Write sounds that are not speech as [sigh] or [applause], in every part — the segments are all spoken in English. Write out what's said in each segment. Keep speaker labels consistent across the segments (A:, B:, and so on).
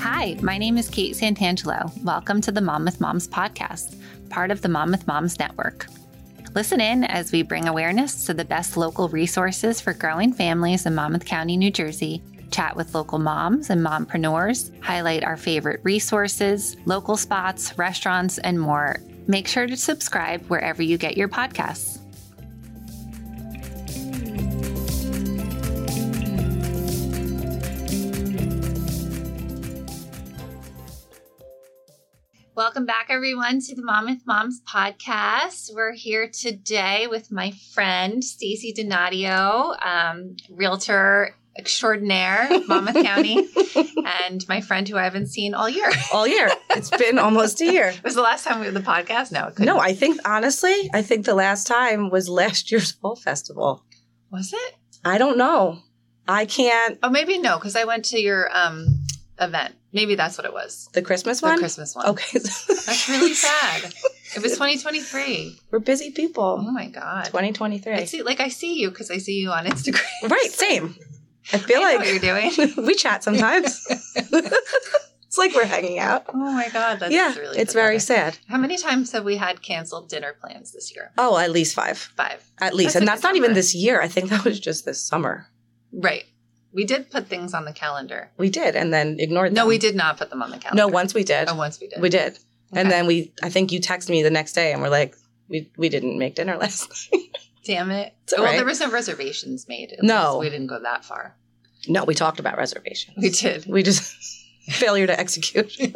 A: Hi, my name is Kate Santangelo. Welcome to the Mom with Moms podcast, part of the Mom with Moms network. Listen in as we bring awareness to the best local resources for growing families in Monmouth County, New Jersey, chat with local moms and mompreneurs, highlight our favorite resources, local spots, restaurants, and more. Make sure to subscribe wherever you get your podcasts. Welcome back, everyone, to the Mom with Moms podcast. We're here today with my friend Stacy Donadio, um, realtor extraordinaire, Monmouth
B: [laughs]
A: County, and my friend who I haven't seen all year. [laughs] it
B: all year. It's been almost
A: [laughs]
B: a year.
A: was the last time we did the podcast. No, it couldn't.
B: No, I think honestly, I think the last time was last [laughs] year's fall festival.
A: was it?
B: I don't know. I can't.
A: Oh, maybe no, because I went to your um, event. Maybe that's what it was.
B: The Christmas
A: The
B: one.
A: Christmas one.
B: Okay, [laughs]
A: That's really sad. It was 2023.
B: We're busy
A: Oh
B: people.
A: my god.
B: Twenty
A: I
B: twenty-three.
A: see, like I see you because I see you on Instagram.
B: Right, same. I feel
A: I know what you're
B: like
A: doing.
B: [laughs] we
A: [laughs]
B: chat sometimes. [laughs] it's like we're hanging out.
A: Oh my god, that's
B: yeah,
A: really
B: it's very
A: pathetic.
B: sad.
A: How many times have we had canceled dinner plans this year?
B: Oh, at least five,
A: Five.
B: at least,
A: That's
B: and
A: a
B: that's
A: good
B: not even
A: number.
B: this year. I think that was just this summer.
A: Right. We did put things on the calendar.
B: We did, and then ignored.
A: No,
B: them.
A: we did not put them on the calendar.
B: No, once we did.
A: Oh, once we did.
B: We did.
A: Okay.
B: And then we, I think you texted me the next day and we're like, we, we didn't make dinner [laughs] last night.
A: Damn it.
B: all
A: well,
B: right.
A: there was no reservations made. At
B: No.
A: least We didn't go that far.
B: No, we talked about reservations.
A: We
B: [laughs]
A: did.
B: We just, failure to execute. [laughs]
A: Should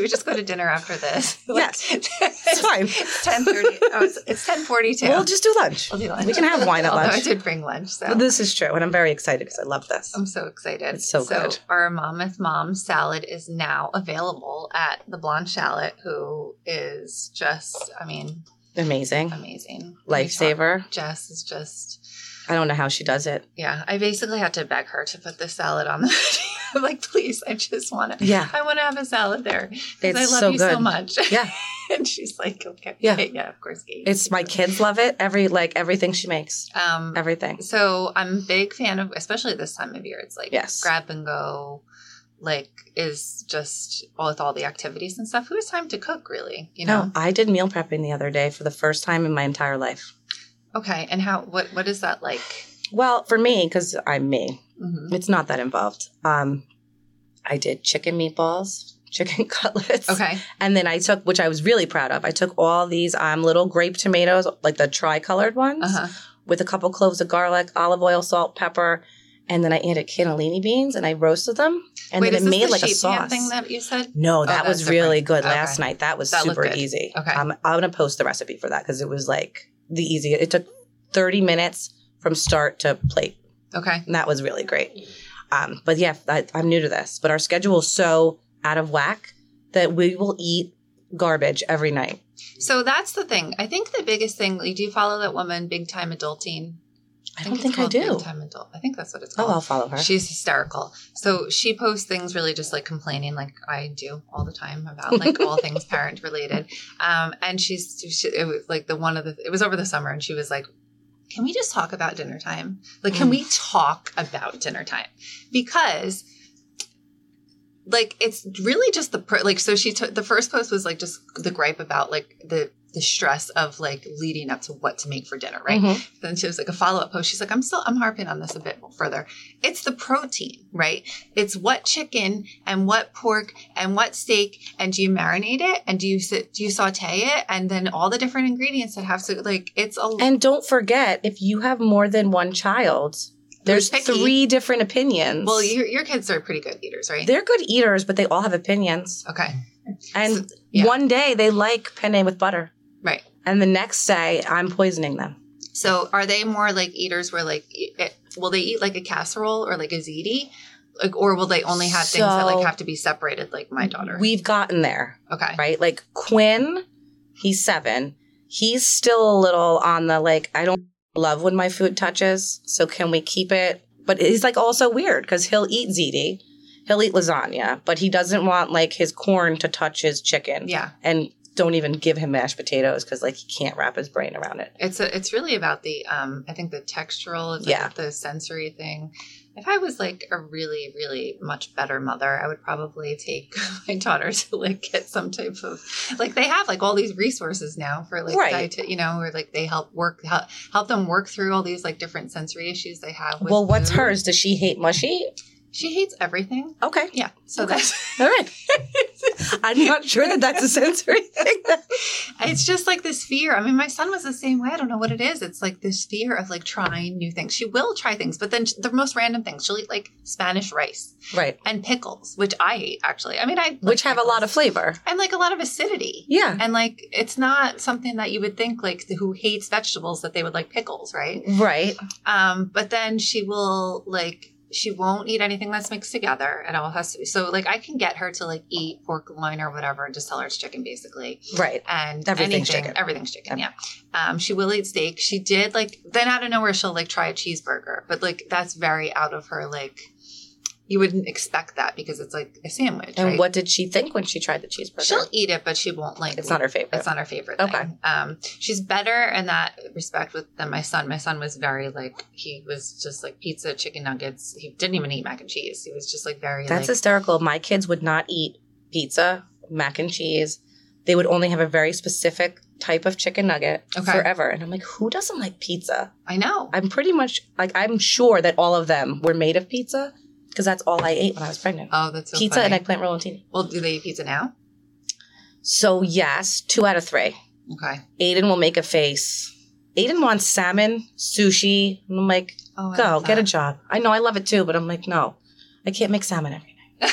A: we just go to dinner after this? [laughs]
B: Yes.
A: it's
B: It's fine.
A: ten thirty. Oh, it's, it's ten forty two.
B: We'll just do lunch.
A: do lunch.
B: we can have wine at
A: Although I
B: lunch.
A: did bring lunch, so
B: This is true. And I'm very excited because I love this.
A: I'm so excited.
B: It's so good.
A: Our Mammoth Mom salad is now available at the Blonde Shallot, who is just, I mean,
B: Amazing.
A: amazing.
B: Lifesaver.
A: Jess is just,
B: I don't know how she does it.
A: yeah. I basically had to beg her to put the salad on the [laughs] menu. I'm like, please, I just want to.
B: Yeah.
A: I want to have a salad there because
B: It's
A: I love
B: so
A: you
B: good.
A: so much.
B: Yeah.
A: [laughs] and she's like, okay,
B: Yeah.
A: okay, yeah, of course. Kate."
B: It's my kids love it. Every, like everything she makes,
A: Um,
B: everything.
A: So I'm a big fan of, especially this time of year. It's like
B: Yes.
A: grab and go, like is just all with all the activities and stuff. Who has time to cook really? You know.
B: No, I did meal prepping the other day for the first time in my entire life.
A: Okay. And how? What? What is that like?
B: Well, for me, because I'm me,
A: hmm
B: It's not that involved. Um, I did chicken meatballs, [laughs] chicken cutlets.
A: Okay.
B: And then I took, which I was really proud of, I took all these um, little grape tomatoes, like the tri-colored ones,
A: Uh huh.
B: with a couple cloves of garlic, olive oil, salt, pepper. And then I added cannellini beans and I roasted them. And
A: Wait, is
B: then it
A: this
B: made
A: the
B: like a
A: sheet pan
B: sauce.
A: thing that you said?
B: no, that
A: that's
B: was really
A: different.
B: good last night. That was
A: That looked
B: super
A: good.
B: easy.
A: Okay.
B: Um, I'm going to post the recipe for that because it was like the easy. It took 30 minutes from start to plate.
A: Okay.
B: And that was really great. Um, but yeah, I, I'm new to this, but our schedule is so out of whack that we will eat garbage every night.
A: So that's the thing. I think the biggest thing. Like, do you follow that woman, Big Time Adulting?
B: I don't
A: it's
B: think I
A: called
B: do.
A: Big Time Adult. I think that's what it's
B: Oh,
A: called.
B: I'll follow her.
A: She's hysterical. So she posts things really just like complaining, like I do all the time about like
B: [laughs]
A: all things parent related. Um, and she's she, it was like the one of the it was over the summer, and she was like, "Can we just talk about dinner time? Like, can
B: Mm.
A: we talk about dinner time? Because." Like it's really just the pr- like so she took the first post was like just the gripe about like the the stress of like leading up to what to make for dinner right
B: Mhm.
A: then she was like a follow-up post she's like i'm still i'm harping on this a bit further it's the protein right it's what chicken and what pork and what steak and do you marinate it and do you sa- do you saute it and then all the different ingredients that have to like it's a
B: And don't forget, if you have more than one child, there's
A: picky.
B: three different opinions.
A: well your, your kids are pretty good eaters right
B: they're good eaters, but they all have opinions.
A: okay
B: And
A: yeah.
B: one day they like penne with butter,
A: right
B: and the next day I'm poisoning them.
A: so are they more like eaters where like e- it, will they eat like a casserole or like a ziti like or will they only have things that like
B: So-
A: have to be separated like my daughter
B: We've gotten there.
A: okay
B: right? Like Quinn, he's seven. He's still a little on the like, I don't love when my food touches. So can we keep it? But he's like also weird because he'll eat ziti, he'll eat lasagna, but he doesn't want like his corn to touch his chicken.
A: yeah
B: And don't even give him mashed potatoes because like he can't wrap his brain around it.
A: It's a, it's really about the um I think the textural, it's
B: Yeah.
A: like the sensory thing. If I was like a really really much better mother, I would probably take [laughs] my daughter to like get some type of like they have like all these resources now for like
B: Right.
A: diet, you know, where like they help work help, help them work through all these like different sensory issues they have. With
B: well, what's
A: food.
B: hers? Does she hate mushy?
A: She hates everything. [laughs]
B: Okay,
A: Yeah, so
B: Okay.
A: that's
B: all right. [laughs] I'm not sure that that's a sensory [laughs] thing.
A: It's just like this fear. I mean, my son was the same way. I don't know what it is. It's like this fear of like trying new things. She will try things, but then the most random things. She'll eat like Spanish rice
B: right,
A: and pickles, which I hate actually. I mean, I like
B: which have a lot of
A: pickles.
B: flavor.
A: and like a lot of acidity.
B: Yeah,
A: And like, it's not something that you would think like who hates vegetables that they would like pickles, right?
B: right.
A: Um, but then she will like she won't eat anything that's mixed together. It all has to. So like, I can get her to like eat pork loin or whatever, and just tell her it's chicken basically
B: Right.
A: and
B: Everything's
A: anything,
B: chicken.
A: Everything's chicken. Yeah. Um, she will eat steak. She did like then out of nowhere she'll like try a cheeseburger, but like that's very out of her like. You wouldn't expect that because it's like a sandwich.
B: And
A: right?
B: what did she think when she tried the cheeseburger?
A: she'll eat it, but she won't like.
B: it's not her favorite.
A: It's not her favorite.
B: Okay.
A: Thing. Um, she's better in that respect with than my son. My son was very like he was just like pizza, chicken nuggets. He didn't even eat mac and cheese. He was just like very.
B: That's
A: like,
B: hysterical. My kids would not eat pizza, mac and cheese. They would only have a very specific type of chicken nugget
A: Okay.
B: forever. And I'm like, who doesn't like pizza?
A: I know.
B: I'm pretty much like I'm sure that all of them were made of pizza because that's all I ate when I was pregnant.
A: oh, that's so
B: pizza
A: funny.
B: and eggplant rollatini.
A: well, do they eat pizza now?
B: So yes, two out of three.
A: Okay.
B: Aiden will make a face. Aiden wants salmon, sushi. And I'm like,
A: Oh, I
B: go
A: love
B: get a
A: that.
B: job. I know I love it too, but I'm like, no, I can't make salmon every night.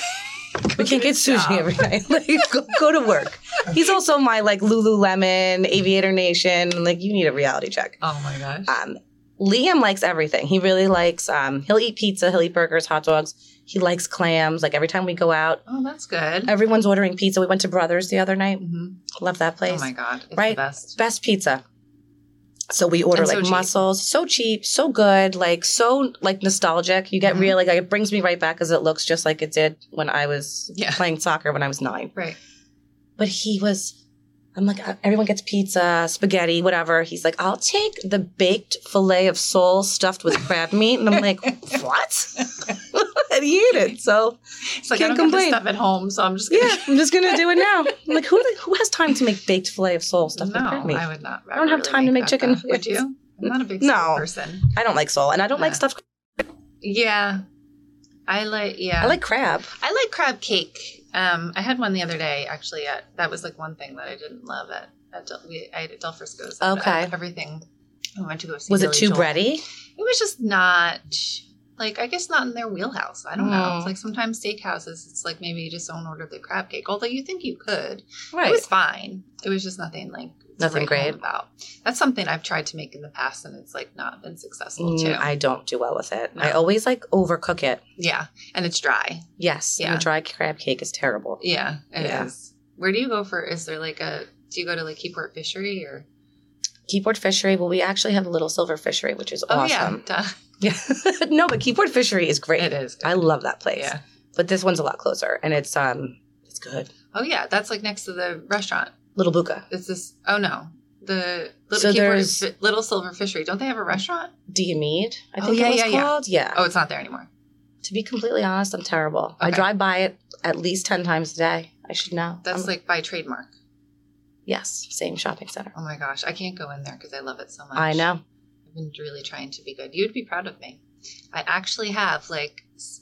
B: we can't [laughs] get sushi
A: job.
B: every night. [laughs] Like, go, go to work. He's also my like Lululemon, Aviator Nation. I'm like, you need a reality check.
A: Oh my gosh.
B: Um, Liam likes everything. He really likes. Um, he'll eat pizza. He'll eat burgers, hot dogs. He likes clams. Like every time we go out,
A: Oh, that's good.
B: everyone's ordering pizza. We went to Brothers the other night.
A: hmm
B: Love that place.
A: Oh my god, it's
B: Right?
A: the best.
B: best pizza. So we order
A: And so
B: like
A: cheap.
B: mussels, so cheap, so good, like so like nostalgic. You get
A: Mhm.
B: real like it brings me right back because it looks just like it did when I was
A: Yeah.
B: playing soccer when I was nine.
A: Right.
B: But he was, I'm like uh, everyone gets pizza, spaghetti, whatever. He's like, I'll take the baked fillet of sole stuffed with crab meat, and
A: [laughs]
B: I'm like, what? [laughs] and he ate it. So
A: It's like
B: Can't
A: I don't
B: complain.
A: complain. stuff at home, so I'm just gonna
B: yeah, I'm just gonna do it now. I'm like who who has time to make baked fillet of sole stuffed with crab
A: no,
B: meat?
A: I would not.
B: I don't have time to make
A: that,
B: chicken
A: though. Would
B: nuggets.
A: you? I'm not a big
B: No.
A: no. person.
B: I don't like sole, and I don't like
A: Yeah.
B: stuffed.
A: Yeah, I like. Yeah,
B: I like crab.
A: I like crab cake. Um, I had one the other day actually. At that was like one thing that I didn't love at. at Del, we, I ate at Del Frisco's. but
B: Okay.
A: everything. I went to go see.
B: Was it
A: Billy
B: too
A: Joel.
B: bready?
A: It was just not like I guess not in their wheelhouse. I don't know.
B: Mm.
A: It's like sometimes steakhouses, it's like maybe you just don't order the crab cake. Although you think you could.
B: Right.
A: It was fine. It was just nothing like to
B: Nothing
A: write home
B: great.
A: about. That's something I've tried to make in the past, and it's like not been successful too.
B: Mm, I don't do well with it. I
A: No.
B: always like overcook it.
A: yeah, and it's dry.
B: Yes. and
A: Yeah.
B: a dry crab cake is terrible.
A: Yeah, it is.
B: Yeah.
A: Where do you go for? Is there like a? Do you go to like Keyport Fishery or?
B: Keyboard fishery. Well, we actually have Little Silver Fishery, which is
A: Oh
B: awesome.
A: yeah, duh.
B: Yeah. [laughs] no, but Keyboard Fishery is great.
A: it is.
B: I love that place.
A: Yeah.
B: But this one's a lot closer, and it's um, it's good.
A: Oh yeah, that's like next to the restaurant.
B: Little Buca.
A: It's this. Oh no, the little
B: So
A: Keyport
B: there's-
A: Fi- Little Silver Fishery. Don't they have a restaurant?
B: Diamede, I
A: Oh,
B: think
A: yeah,
B: it was
A: yeah, yeah.
B: called. Yeah.
A: Oh, it's not there anymore.
B: To be completely honest, I'm terrible. I
A: Okay.
B: drive by it at least ten times a day. I should know.
A: That's
B: I'm-
A: like by trademark.
B: yes, same shopping center.
A: Oh my gosh, I can't go in there because I love it so much.
B: I know.
A: I've been really trying to be good. You'd be proud of me. I actually have like s-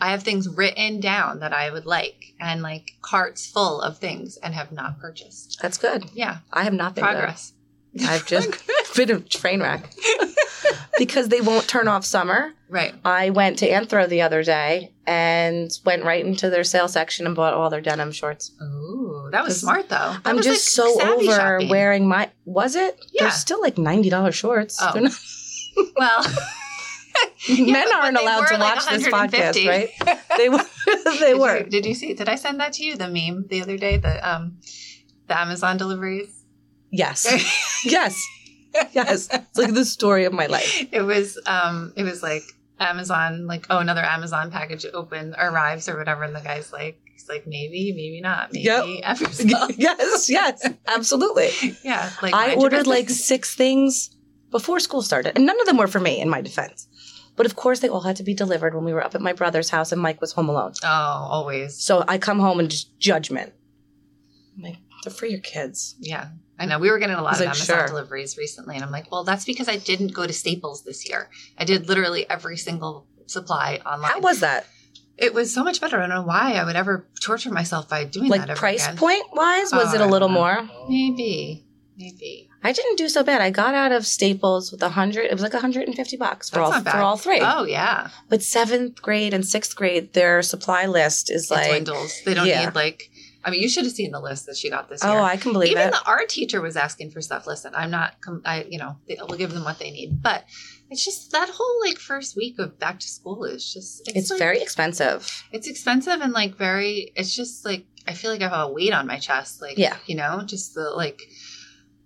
A: I have things written down that I would like and like carts full of things and have not purchased.
B: That's good.
A: Yeah,
B: I have not been good.
A: progress.
B: I've just [laughs] been a train
A: [laughs]
B: wreck because they won't turn off summer.
A: right.
B: I went to Anthro the other day and went right into their sale section and bought all their denim shorts.
A: Ooh, that was
B: Just-
A: smart though. That
B: I'm
A: was,
B: just
A: like,
B: so
A: savvy
B: over
A: shopping.
B: wearing my. Was it?
A: Yeah.
B: They're still like ninety dollars shorts.
A: Oh.
B: They're
A: [laughs]
B: not- [laughs]
A: well, yeah,
B: men
A: but-
B: aren't
A: but they
B: allowed to
A: were, like,
B: watch this
A: 150.
B: podcast, right? They were. [laughs] they
A: did
B: were.
A: You, did you see? Did I send that to you? The meme the other day. The um, the Amazon deliveries.
B: Yes.
A: [laughs]
B: Yes. Yes. It's like the story of my life. [laughs]
A: it was um it was like Amazon like oh another Amazon package open arrives or whatever and the guy's like It's like maybe, maybe not. Maybe
B: Yep.
A: F yourself.
B: yes, yes, absolutely.
A: [laughs] yeah. Like
B: I
A: mind your
B: ordered like
A: business.
B: six things before school started, and none of them were for me, in my defense. But of course, they all had to be delivered when we were up at my brother's house and Mike was home alone.
A: Oh, always.
B: So I come home and just judgment. I'm like, they're for your kids.
A: Yeah. I know we were getting a lot
B: It's
A: of
B: like,
A: Amazon
B: sure.
A: deliveries recently, and I'm like, well, that's because I didn't go to Staples this year. I did literally every single supply online.
B: How was that?
A: it was so much better. I don't know why I would ever torture myself by doing that.
B: Like
A: ever
B: price
A: again.
B: point wise, was
A: Oh,
B: it a
A: I
B: little
A: don't know.
B: more?
A: Maybe, maybe.
B: I didn't do so bad. I got out of Staples with a hundred. It was like 150 bucks for
A: That's
B: all
A: not bad.
B: for all three.
A: Oh yeah,
B: But seventh grade and sixth grade, their supply list is
A: it
B: like, oh,
A: dwindles. They don't
B: yeah. Oh,
A: need like. I mean, you should have seen the list that she got this year.
B: I can believe
A: Even
B: it.
A: the art teacher was asking for stuff. Listen, I'm not. Com- I you know they- we'll give them what they need, but it's just that whole like first week of back to school is just.
B: it's
A: like-
B: very expensive.
A: It's expensive and like very. It's just like I feel like I have a weight on my chest. Like
B: Yeah.
A: you know, just the like.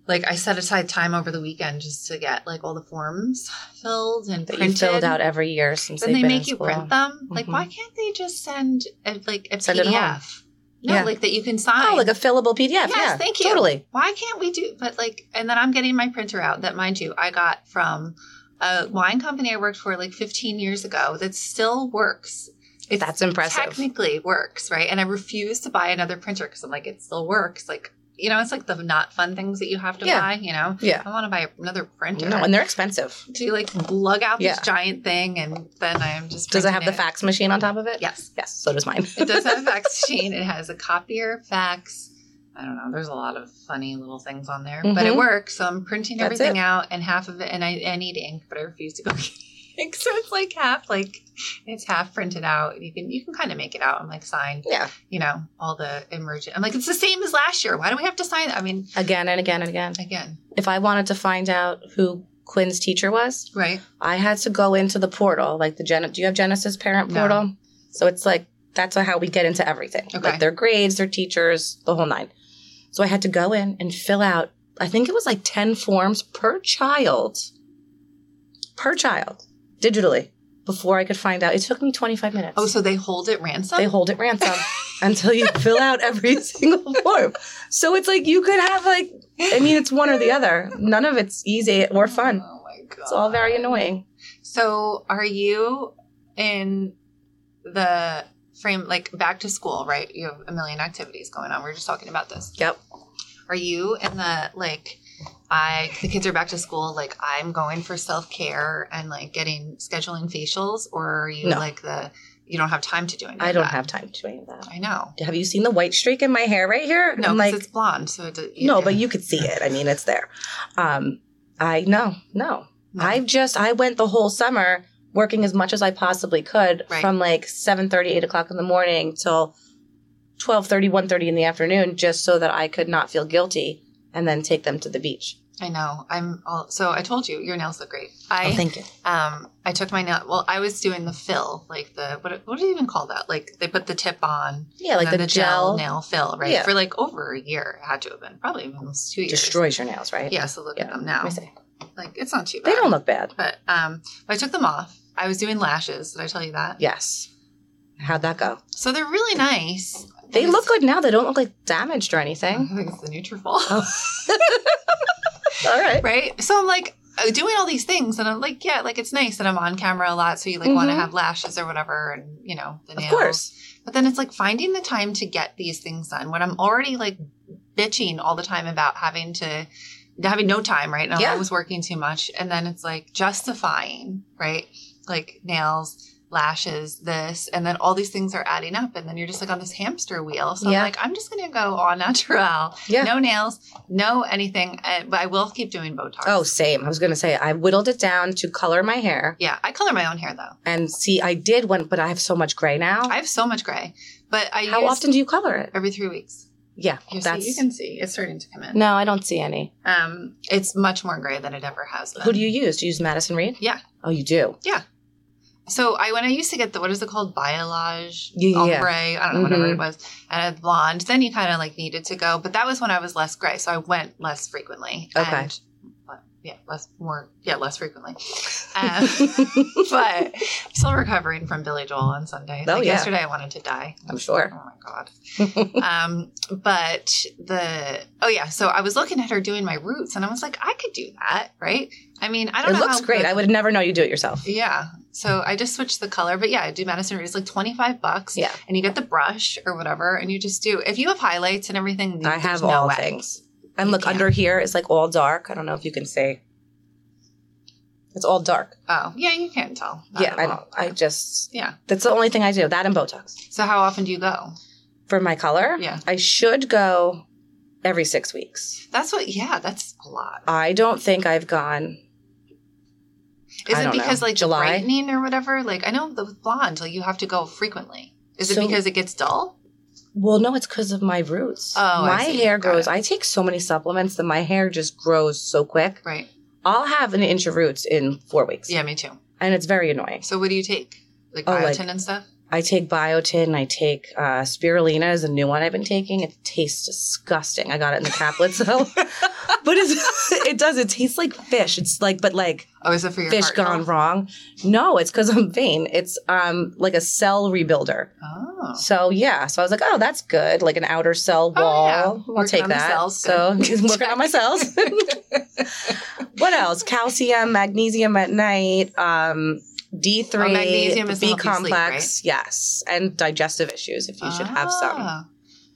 A: Like I set aside time over the weekend just to get like all the forms filled and
B: that you
A: printed.
B: filled out every year since
A: then
B: they've
A: they
B: been in
A: make you
B: school.
A: print them. Like,
B: Mhm.
A: why can't they just send a, like a
B: Send it home.
A: PDF? No,
B: Yeah.
A: like that you can sign.
B: Oh, like a fillable PDF.
A: Yes,
B: yeah,
A: thank you.
B: Totally.
A: why can't we do? But like, and then I'm getting my printer out that, mind you, I got from a wine company I worked for like 15 years ago that still works. It's
B: That's impressive.
A: technically works, right? And I refuse to buy another printer because I'm like, it still works. Like, you know, it's like the not fun things that you have to
B: Yeah.
A: buy. You know,
B: yeah.
A: I want to buy another printer.
B: No, and they're expensive.
A: do you like lug out this
B: Yeah.
A: giant thing and then I'm just
B: Does it have the
A: printing
B: fax machine on top of it?
A: Yes.
B: Yes, so does mine.
A: It does have a
B: [laughs]
A: fax machine. It has a copier, fax. I don't know. There's a lot of funny little things on there, but it
B: Mhm.
A: works. So I'm printing
B: That's
A: everything
B: it.
A: out, and half of it, and I, I need ink, but I refuse to go [laughs] get ink. So it's like half, like it's half printed out. You can you can kind of make it out and like sign,
B: yeah.
A: you know, all the emergent. I'm like, it's the same as last year. Why do we have to sign? I mean,
B: Again and again and again.
A: again,
B: If I wanted to find out who Quinn's teacher was,
A: right?
B: I had to go into the portal, like the Gen. Do you have Genesis parent
A: No.
B: portal? So it's like that's how we get into everything,
A: Okay.
B: like their grades, their teachers, the whole nine. So I had to go in and fill out. I think it was like ten forms per child, per child, digitally before I could find out. It took me twenty five minutes.
A: Oh, so they hold it ransom.
B: they hold it
A: [laughs]
B: ransom until you fill out every [laughs] single form. So it's like you could have like I mean it's one or the other. None of it's easy or fun.
A: Oh my god,
B: It's all very annoying.
A: So, are you in the frame like back to school, right? You have a million activities going on. We are just talking about this.
B: Yep.
A: Are you in the like I the kids are back to school, like I'm going for self-care and like getting scheduling facials or are you
B: No.
A: like the you don't have time to do anything?
B: I don't have time to do any of that.
A: I know.
B: Have you seen the white streak in my hair right here?
A: No, 'cause
B: I'm like
A: it's blonde, so it, do-
B: no, but you could see it. I mean, it's there. Um, I no, no.
A: No.
B: I just I went the whole summer working as much as I possibly could
A: Right.
B: from like 7:30, 8 o'clock in the morning till 12:30, 1:30 in the afternoon, just so that I could not feel guilty and then take them to the beach.
A: I know. I'm all so I told you your nails look great. I
B: Oh, thank you.
A: um i took my nail well i was doing the fill like the what, what do you even call that like they put the tip on
B: Yeah, like
A: and
B: the,
A: then
B: gel,
A: nail fill right
B: Yeah.
A: for like over a year it had to have been probably even almost two years
B: destroys your nails, right?
A: yeah so look at
B: Yeah.
A: them
B: Let
A: now
B: me see.
A: like it's not too bad
B: They don't look bad.
A: but um i took them off i was doing lashes did i tell you that
B: Yes. How'd that go?
A: so they're really nice
B: They
A: [laughs]
B: look good now. They don't look like damaged or
A: i
B: anything.
A: think it's the Nutrafol. [laughs]
B: All right.
A: right? So I'm like uh, doing all these things, and I'm like, yeah, like it's nice that I'm on camera a lot, so you like want to
B: Mhm.
A: have lashes or whatever, and you know the
B: Of
A: nails.
B: course.
A: But then it's like finding the time to get these things done when I'm already like bitching all the time about having to having no time, right? And
B: Yeah.
A: I was working too much, and then it's like justifying, right? Like nails. Lashes, this, and then all these things are adding up, and then you're just like on this hamster wheel. So
B: Yeah.
A: I'm like, I'm just gonna go all natural,
B: Yeah.
A: no nails, no anything, uh, but I will keep doing Botox.
B: Oh, same. I was gonna say I whittled it down to color my hair
A: Yeah, I color my own hair though.
B: and see. I did one, but I have so much gray now.
A: I have so much gray, but I
B: How
A: use
B: often do you color it?
A: every three weeks.
B: Yeah,
A: You, see,
B: that's
A: you can see it's starting to come in.
B: no. I don't see any.
A: Um, it's much more gray than it ever has been.
B: Who do you use? Do you use Madison Reed?
A: Yeah.
B: Oh,
A: [laughs]
B: you do.
A: So I when I used to get the what is it called biolage
B: Yeah.
A: ombre I don't know whatever
B: Mhm.
A: it was and a blonde then you kind of like needed to go but that was when I was less gray so I went less frequently
B: Okay.
A: and, yeah, less more, yeah, less
B: [laughs]
A: frequently. Um, but I'm still recovering from Billy Joel on Sunday.
B: Oh,
A: like
B: yeah.
A: yesterday, I wanted to die.
B: I'm sure.
A: Oh my god. um, but the oh yeah, so I was looking at her doing my roots, and I was like, I could do that, right? I mean, I don't.
B: [laughs] It
A: know
B: looks
A: how
B: great.
A: good-
B: I would never know you do it yourself.
A: Yeah. So I just switched the color, but yeah, I do Madison Reed. It's like twenty five bucks.
B: Yeah.
A: And you get the brush or whatever, and you just do. If you have highlights and everything,
B: I
A: there's
B: have
A: no
B: all
A: way.
B: things. And
A: You
B: look,
A: can't.
B: under here is like all dark. I don't know if you can see. It's all dark.
A: Oh yeah, you can't tell. Not
B: yeah,
A: at
B: I
A: all.
B: know. I just,
A: Yeah.
B: that's the only thing I do. That and Botox.
A: So how often do you go?
B: For my color,
A: Yeah.
B: I should go every six weeks.
A: That's what. Yeah, that's a lot.
B: I don't think I've gone.
A: Is
B: I
A: it
B: don't know.
A: because like the
B: July?
A: brightening or whatever? Like I know the with blonde, like you have to go frequently. Is
B: So-
A: it because it gets dull?
B: Well, no, it's because of my roots.
A: Oh, I
B: my
A: see.
B: hair
A: Got
B: grows.
A: it.
B: I take so many supplements that my hair just grows so quick.
A: Right.
B: I'll have an inch of roots in four weeks.
A: Yeah, me too.
B: And it's very annoying.
A: So what do you take? Like
B: Oh, like-
A: biotin and stuff?
B: I take biotin. I take uh, spirulina is a new one I've been taking. It tastes disgusting. I got it in the
A: [laughs]
B: tablets though, but it's, [laughs] it does. It tastes like fish. It's like, but like
A: Oh, is it for your
B: fish
A: heart
B: gone
A: health?
B: wrong. No, it's because I'm vain. It's um like a cell rebuilder.
A: Oh.
B: So yeah, so I was like, oh, that's good. Like an outer cell
A: Oh, yeah.
B: wall. I'll
A: Working
B: take
A: on the
B: that.
A: cells.
B: So [laughs] working on my cells. [laughs] what else? Calcium, magnesium at night. Um, D three,
A: Oh, magnesium is to
B: B
A: help you sleep,
B: complex, yes, and digestive issues if you should have some.
A: Ah.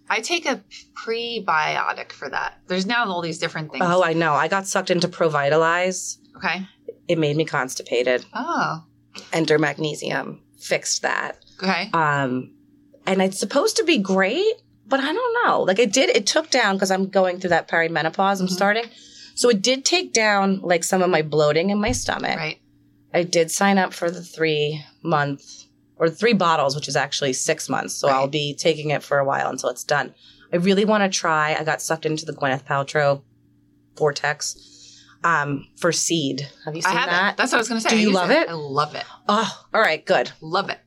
A: I take a prebiotic for that. There's now all these different things.
B: Oh, I know. I got sucked into Provitalize.
A: okay.
B: It made me constipated.
A: Oh,
B: Enter magnesium fixed that.
A: okay.
B: um and it's supposed to be great but i don't know like it did it took down because i'm going through that perimenopause i'm
A: Mhm.
B: starting so it did take down like some of my bloating in my stomach
A: Right.
B: i did sign up for the three month or three bottles which is actually six months so i'll
A: Right.
B: be taking it for a while until it's done i really want to try i got sucked into the gwyneth paltrow vortex um for seed have you
A: I
B: seen
A: have
B: that
A: it. That's what I was going to say.
B: Do
A: I
B: you
A: use
B: love it?
A: I love it.
B: oh all right good
A: Love it.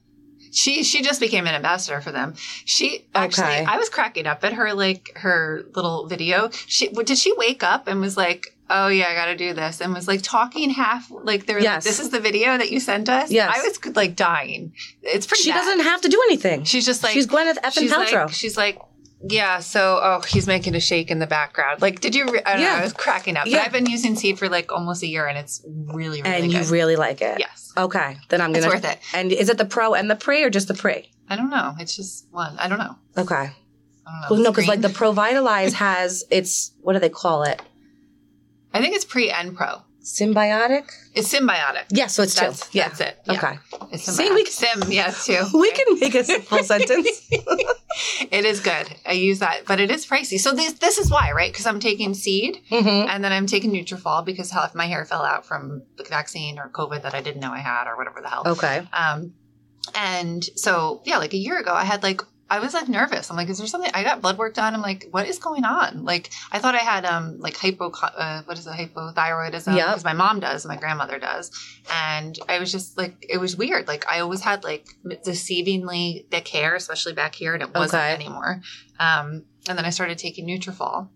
A: She she just became an ambassador for them. She actually
B: Okay.
A: I was cracking up at her like her little video. She w- did she wake up and was like, "Oh yeah, I got to do this." And was like talking half like they were
B: Yes.
A: like, "This is the video that you sent us."
B: Yes.
A: I was like dying. It's pretty
B: she
A: bad.
B: doesn't have to do anything
A: She's just like
B: she's gwyneth effing
A: she's
B: paltrow
A: like she's like yeah, so oh, he's making a shake in the background. Like, did you? Re- I don't know.
B: Yeah.
A: I was cracking up.
B: Yeah.
A: But I've been using seed for like almost a year, and it's really, really
B: and
A: good.
B: you really like it.
A: yes,
B: Okay, then I'm
A: it's
B: gonna.
A: worth it.
B: And is it the pro and the pre or just the pre?
A: I don't know. It's just one. I don't know.
B: Okay.
A: I don't know.
B: Well, no,
A: It's
B: because like
A: green.
B: the pro vitalize has its what do they call it?
A: I think it's pre and pro.
B: Symbiotic.
A: It's symbiotic.
B: Yeah, so it's
A: That's,
B: two. Yeah.
A: that's it. Yeah,
B: Okay. [laughs]
A: It's symbiotic.
B: See, we can-
A: sim, yeah, too.
B: [laughs] We can make a [laughs] simple sentence.
A: It is good. I use that, but it is pricey. So this this is why, right? Because I'm taking seed,
B: Mm-hmm.
A: and then I'm taking Nutrafol because half my hair fell out from the vaccine or COVID that I didn't know I had or whatever the hell.
B: Okay.
A: Um, and so yeah, like a year ago, I had like I was like nervous. I'm like, is there something? I got blood work done. I'm like, what is going on? Like I thought I had um like hypo uh, what is it hypothyroidism?
B: Yep.
A: Because my mom does, my grandmother does, and I was just like, it was weird. Like I always had like m- deceivingly thick hair, especially back here, and it wasn't
B: Okay.
A: anymore. Um, and then I started taking Nutrafol.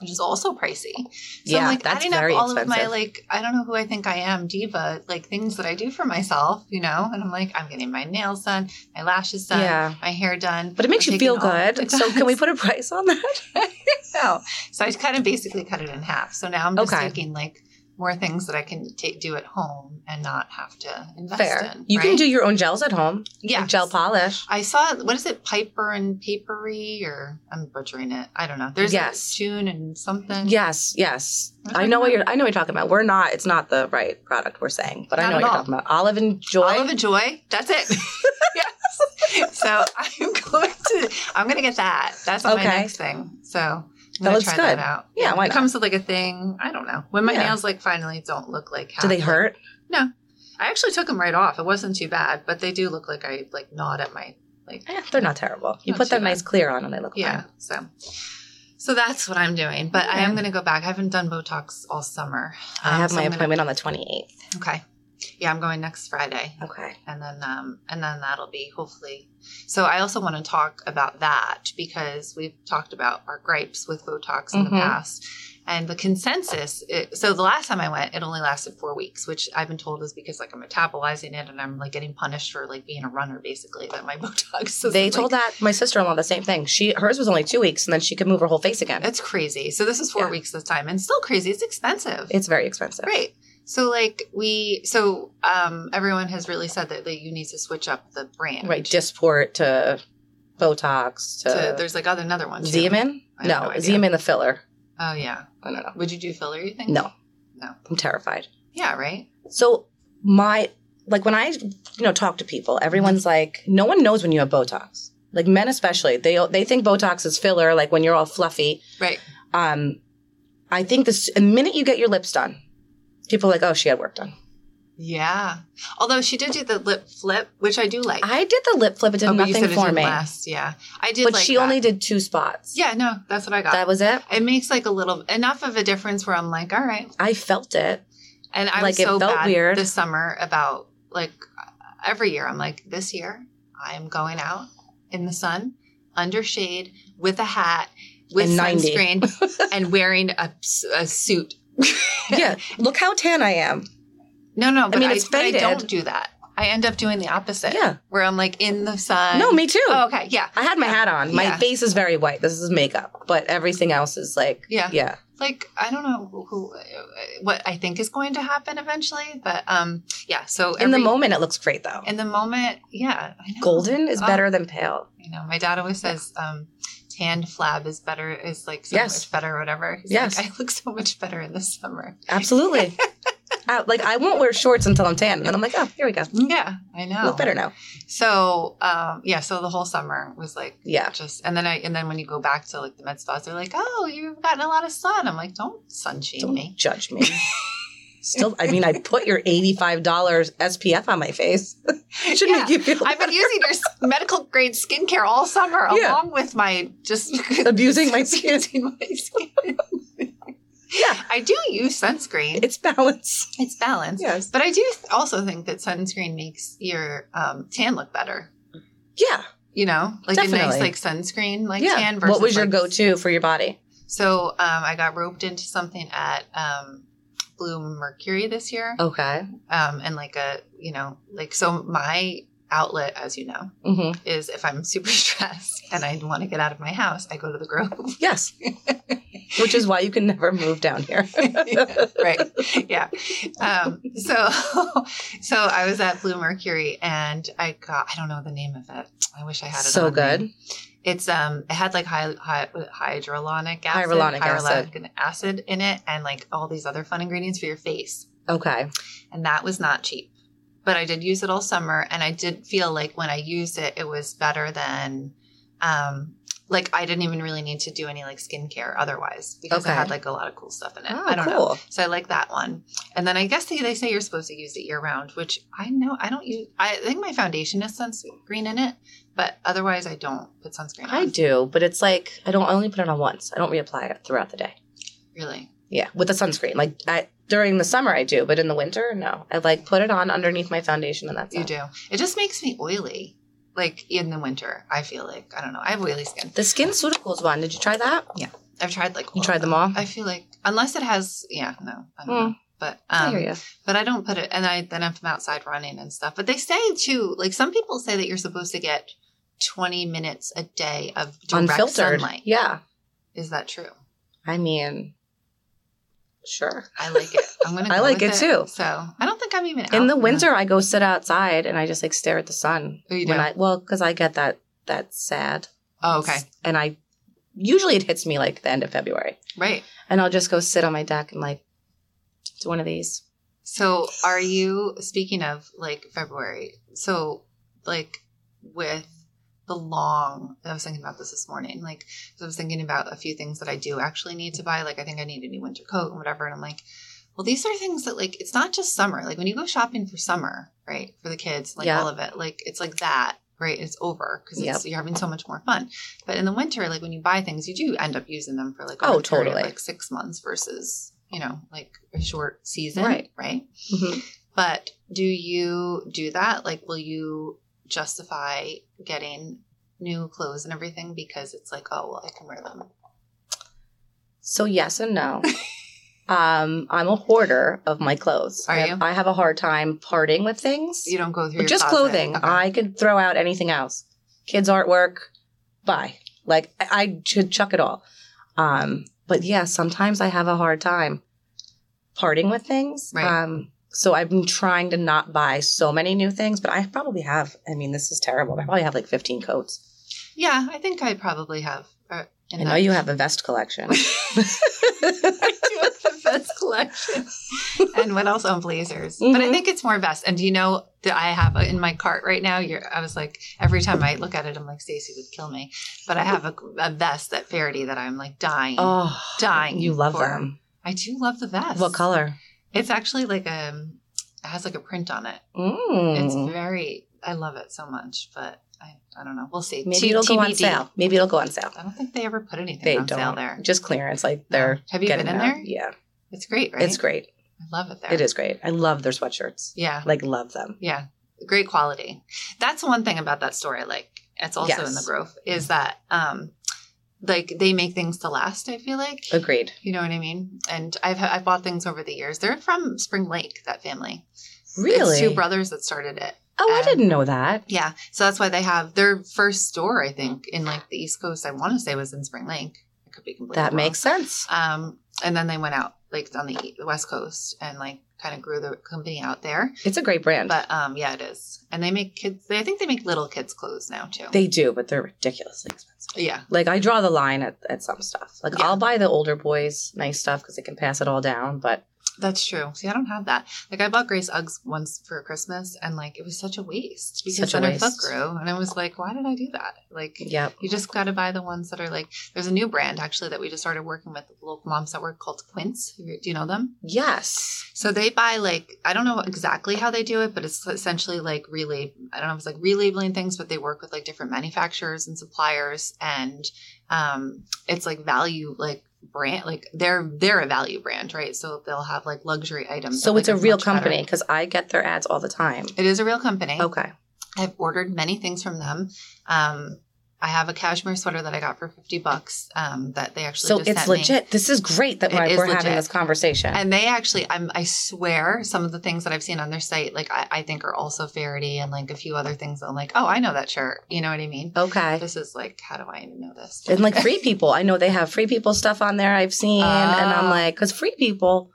A: Which is also pricey. So
B: yeah,
A: I'm like
B: that's
A: adding
B: very
A: up all
B: expensive.
A: of my like I don't know who I think I am, diva, like things that I do for myself, you know? And I'm like, I'm getting my nails done, my lashes done,
B: yeah,
A: my hair done.
B: but it makes
A: I'm
B: you
A: taking
B: feel
A: all-
B: good.
A: It
B: So can [laughs] we
A: does.
B: put a price on that?
A: no. [laughs] So I just kind of basically cut it in half. So now I'm just
B: Okay.
A: taking like more things that I can take do at home and not have to invest
B: Fair.
A: in.
B: You can
A: right?
B: do your own gels at home.
A: yeah.
B: Like gel polish.
A: I saw what is it, Piper and Papery or I'm butchering it. I don't know. There's
B: Yes.
A: yes. June and something.
B: Yes, yes.
A: What am
B: I
A: I
B: know what
A: talking
B: you're. I know what you're talking about. We're not. It's not the right product we're saying, but
A: Not
B: I know what
A: at
B: you're
A: all.
B: talking about. Olive and joy.
A: Olive and Oh, Joy. That's
B: [laughs]
A: it. yes. So I'm going to I'm gonna get that. That's on
B: Okay.
A: my next thing. So I'm
B: That
A: gonna
B: looks
A: try that
B: good.
A: out.
B: Yeah, why
A: it
B: not?
A: comes with like a thing. I don't know. When my
B: Yeah.
A: nails like finally don't look like half,
B: Do they
A: like-
B: hurt?
A: I actually took them right off. It wasn't too bad, but they do look like I like gnawed at my like
B: Eh, they're not terrible. You
A: Not
B: put
A: too
B: that
A: bad.
B: nice clear on and they look
A: yeah.
B: fine.
A: So so that's what I'm doing. But I am
B: Okay.
A: gonna go back. I haven't done Botox all summer.
B: I
A: Um,
B: have
A: so
B: my
A: I'm gonna-
B: appointment on the 28th.
A: okay. Yeah, I'm going next Friday.
B: Okay.
A: and then um and then that'll be hopefully so i also want to talk about that because we've talked about our gripes with botox in the
B: Mhm.
A: past And the consensus, it, so the last time I went, it only lasted four weeks, which I've been told is because like I'm metabolizing it and I'm like getting punished for like being a runner basically that my [laughs] Botox. is,
B: They
A: like-
B: told that my sister in law the same thing. She hers was only two weeks, and then she could move her whole face again.
A: That's crazy. So this is four
B: Yeah.
A: weeks this time and still crazy. It's expensive.
B: It's very expensive.
A: Right. So like we, so um, everyone has really said that, that you need to switch up the brand.
B: Right, Dysport to Botox
A: So
B: to,
A: there's like other another one. too.
B: Xeomin.
A: I have
B: No,
A: no idea.
B: Xeomin the filler.
A: Oh yeah.
B: I don't know.
A: Would you do filler? You think?
B: No,
A: No.
B: I'm terrified.
A: Yeah. Right.
B: So my like when I you know talk to people, everyone's like, no one knows when you have Botox. Like men especially, they they think Botox is filler. Like when you're all fluffy.
A: Right.
B: Um, I think this the minute you get your lips done, people are like, oh, she had work done.
A: Yeah. Although she did do the lip flip, which I do like.
B: I did the lip flip. It did
A: Oh, but you
B: nothing
A: said it
B: for
A: didn't
B: me.
A: Last. Yeah. I did.
B: But
A: like
B: she
A: that.
B: only did two spots.
A: Yeah. No, that's what I got.
B: that was it.
A: it makes like a little enough of a difference where I'm like, all right.
B: I felt it.
A: [laughs] And I
B: Like,
A: was
B: it
A: so
B: felt
A: bad
B: weird.
A: this summer about like every year. I'm like, this year I'm going out in the sun, under shade, with a hat, with
B: And 90. [laughs]
A: sunscreen, and wearing a, a suit.
B: yeah, look how tan I am.
A: No, no. But I
B: mean,
A: mean,
B: it's
A: I
B: faded.
A: don't do that. I end up doing the opposite.
B: Yeah.
A: Where I'm like in the sun.
B: No, me too.
A: Oh, okay. Yeah.
B: I had my hat on. My
A: Yeah.
B: face is very white. This is makeup, but everything else is like,
A: Yeah.
B: yeah.
A: like I don't know who, what I think is going to happen eventually, but um, yeah. So
B: In the
A: every-
B: moment, it looks great though.
A: in the moment, yeah, I know.
B: Golden is
A: Oh.
B: better than pale.
A: You know, my dad always says, um, "Tanned flab is better, is like so
B: Yes.
A: much better, or whatever." He's
B: Yes.
A: like, I look so much better in the summer. [laughs]
B: Absolutely. Uh, like I won't wear shorts until I'm tan, and then I'm like, oh, here we go.
A: Yeah, I know.
B: Look better now.
A: So, um, yeah, so the whole summer was like
B: Yeah.
A: just, and then I, and then when you go back to like the med spas, they're like, "Oh, you've gotten a lot of sun." I'm like, "Don't sun shade
B: Don't
A: me."
B: judge me. Still, I mean, I put your eighty-five dollars SPF on my face. [laughs] Should
A: Yeah.
B: make you feel
A: I've been
B: [laughs] better.
A: using your s- medical grade skincare all summer,
B: Yeah.
A: along with my just [laughs]
B: abusing my skin.
A: abusing my skin.
B: Yeah,
A: I do use sunscreen;
B: it's balance.
A: it's balanced.
B: Yes.
A: But I do th- also think that sunscreen makes your um, tan look better.
B: Yeah.
A: You know, like a
B: Definitely.
A: nice like sunscreen, like
B: yeah.
A: tan versus
B: what was your
A: like-
B: go-to for your body?
A: So um, I got roped into something at um, Blue Mercury this year,
B: Okay.
A: um, and like a you know like so my outlet, as you know,
B: hmm
A: is if I'm [laughs] super stressed and I want to get out of my house, I go to the
B: [laughs]
A: Grove.
B: Yes.
A: [laughs]
B: Which is why you can never move down here.
A: right. [laughs] Yeah. Um, so, [laughs] so I was at Blue Mercury and I got, I don't know the name of it. I wish I had it.
B: so
A: on me.
B: good.
A: It's, um, it had like hy- hy- hyaluronic acid,
B: Hyaluronic acid.
A: hyaluronic acid in it and like all these other fun ingredients for your face.
B: Okay.
A: And that was not cheap, but I did use it all summer. And I did feel like when I used it, it was better than, um, like I didn't even really need to do any like skincare otherwise because
B: Okay.
A: it had like a lot of cool stuff in it.
B: Oh,
A: I don't know.
B: cool.
A: So I like that one. And then I guess they, they say you're supposed to use it year round, which I know I don't use. I think my foundation has sunscreen in it, but otherwise I don't put sunscreen on.
B: I do, but it's like I don't I only put it on once. I don't reapply it throughout the day.
A: Really?
B: Yeah, with the sunscreen. Like I, during the summer, I do, but in the winter, no. I like put it on underneath my foundation, and that's
A: You
B: it.
A: do. It just makes me oily, like in the winter. I feel like, I don't know. I have oily skin.
B: The Skin Suticals one. Did you try that?
A: I've tried like,
B: You
A: all of
B: tried them all.
A: I feel like, unless it has, yeah, no, I don't
B: Hmm.
A: know. But,
B: I
A: um,
B: hear you.
A: but I don't put it, and I then I'm outside running and stuff. But they say too, like some people say that you're supposed to get 20 minutes a day of direct
B: Unfiltered.
A: sunlight.
B: Yeah.
A: Is that true?
B: I mean, sure.
A: I like it. I'm gonna.
B: [laughs] I
A: go
B: like
A: with
B: it, too.
A: So I don't think I'm even out
B: In the
A: that.
B: winter, I go sit outside and I just like stare at the sun.
A: Oh, you
B: when
A: do?
B: I well, because I get that that sad.
A: Oh, okay.
B: And I usually it hits me like the end of February,
A: Right.
B: and I'll just go sit on my deck and like do one of these.
A: So are you speaking of like February? So like with the long I was thinking about this this morning. Like so I was thinking about a few things that I do actually need to buy. Like I think I need a new winter coat and whatever. And I'm like, well, these are things that like it's not just summer. Like when you go shopping for summer, right, for the kids, like
B: Yeah.
A: all of it, like it's like that. Right, it's over because you're having so much more fun. But in the winter, like when you buy things, you do end up using them for like a period
B: Oh,
A: of,
B: totally.
A: like six months versus you know like a short season,
B: Right.
A: Right. Mm-hmm. But do you do that? Like, will you justify getting new clothes and everything because it's like, oh, well, I can wear them
B: So yes
A: [laughs]
B: and no. um, I'm a hoarder of my clothes.
A: Are
B: I,
A: you?
B: I have a hard time parting with things.
A: You don't go through your
B: just
A: closet.
B: clothing.
A: Okay.
B: I could throw out anything else. Kids' artwork, bye. Like I, I should chuck it all. Um, but yeah, sometimes I have a hard time parting with things.
A: Right.
B: Um, so I've been trying to not buy so many new things, but I probably have. I mean, this is terrible. but I probably have like 15 coats.
A: yeah, I think I probably have. Uh, in
B: I
A: that-
B: know you have a
A: [laughs]
B: vest collection.
A: I do have the vest collection. [laughs] And what else? Oh, blazers. But I
B: Mhm.
A: think it's more vests. And do you know that I have in my cart right now? You're, I was like, every time I look at it, I'm like, Stacey would kill me. But I have a, a vest at Faraday that I'm like dying.
B: [laughs] oh,
A: dying.
B: You love
A: for.
B: them.
A: I do love the vest.
B: What color?
A: It's actually like a, it has like a print on it.
B: Mm.
A: It's very, I love it so much. But I, I don't know. We'll see.
B: Maybe
A: T-
B: it'll go on
A: TBD.
B: sale. Maybe it'll go on sale.
A: I don't think they ever put anything
B: They
A: on
B: don't.
A: sale there.
B: Just clearance. Like they're.
A: Have you
B: getting
A: been in
B: it out.
A: there?
B: Yeah,
A: It's great, right?
B: it's great.
A: I love it there.
B: It is great. I love their sweatshirts.
A: Yeah.
B: Like love them.
A: Yeah, great quality. That's one thing about that store. I like. It's also in the
B: Yes.
A: Grove. Is that um, like they make things to last? I feel like
B: Agreed.
A: you know what I mean. And I've I've bought things over the years. They're from Spring Lake. That family.
B: Really?
A: It's two brothers that started it.
B: oh, I
A: um,
B: didn't know that.
A: Yeah, so that's why they have their first store. I think in like the East Coast. I want to say was in Spring Lake. I could be completely
B: That
A: wrong.
B: makes sense.
A: Um, and then they went out like on the, e- the West Coast and like kind of grew the company out there.
B: It's a great brand.
A: But um, yeah, it is. And they make kids. They, I think they make little kids clothes now too.
B: they do, but they're ridiculously expensive.
A: yeah,
B: Like I draw the line at, at some stuff. Like
A: Yeah.
B: I'll buy the older boys nice stuff because they can pass it all down. But
A: that's true. See, I don't have that. Like I bought Grace Uggs once for Christmas, and like it was such a waste because
B: Such a
A: then her foot
B: waste.
A: grew, and I was like, why did I do that? Like.
B: yeah,
A: You just got to buy the ones that are like. There's a new brand actually that we just started working with local moms that work called Quince. Do you know them?
B: yes,
A: So they buy like I don't know exactly how they do it, but it's essentially like relab I don't know if it's like relabeling things, but they work with like different manufacturers and suppliers, and um, it's like value like brand like they're they're a value brand, right? So they'll have like luxury items.
B: so
A: that,
B: it's
A: Um, like, are
B: a real
A: much better.
B: company because I get their ads all the time.
A: It is a real company.
B: Okay,
A: I've ordered many things from them. Um, I have a cashmere sweater that I got for fifty bucks um, that they actually
B: so
A: just
B: it's
A: sent me.
B: legit. This is great that
A: It
B: we're,
A: is
B: we're having
A: legit.
B: this conversation.
A: And they actually, I'm, I swear, some of the things that I've seen on their site, like I, I think are also Faraday and like a few other things. that I'm like, oh, I know that shirt. You know what I mean?
B: okay,
A: This is like, how do I even know this?
B: and like free people i know they have free people stuff on there i've seen and i'm
A: Ah.
B: like because free people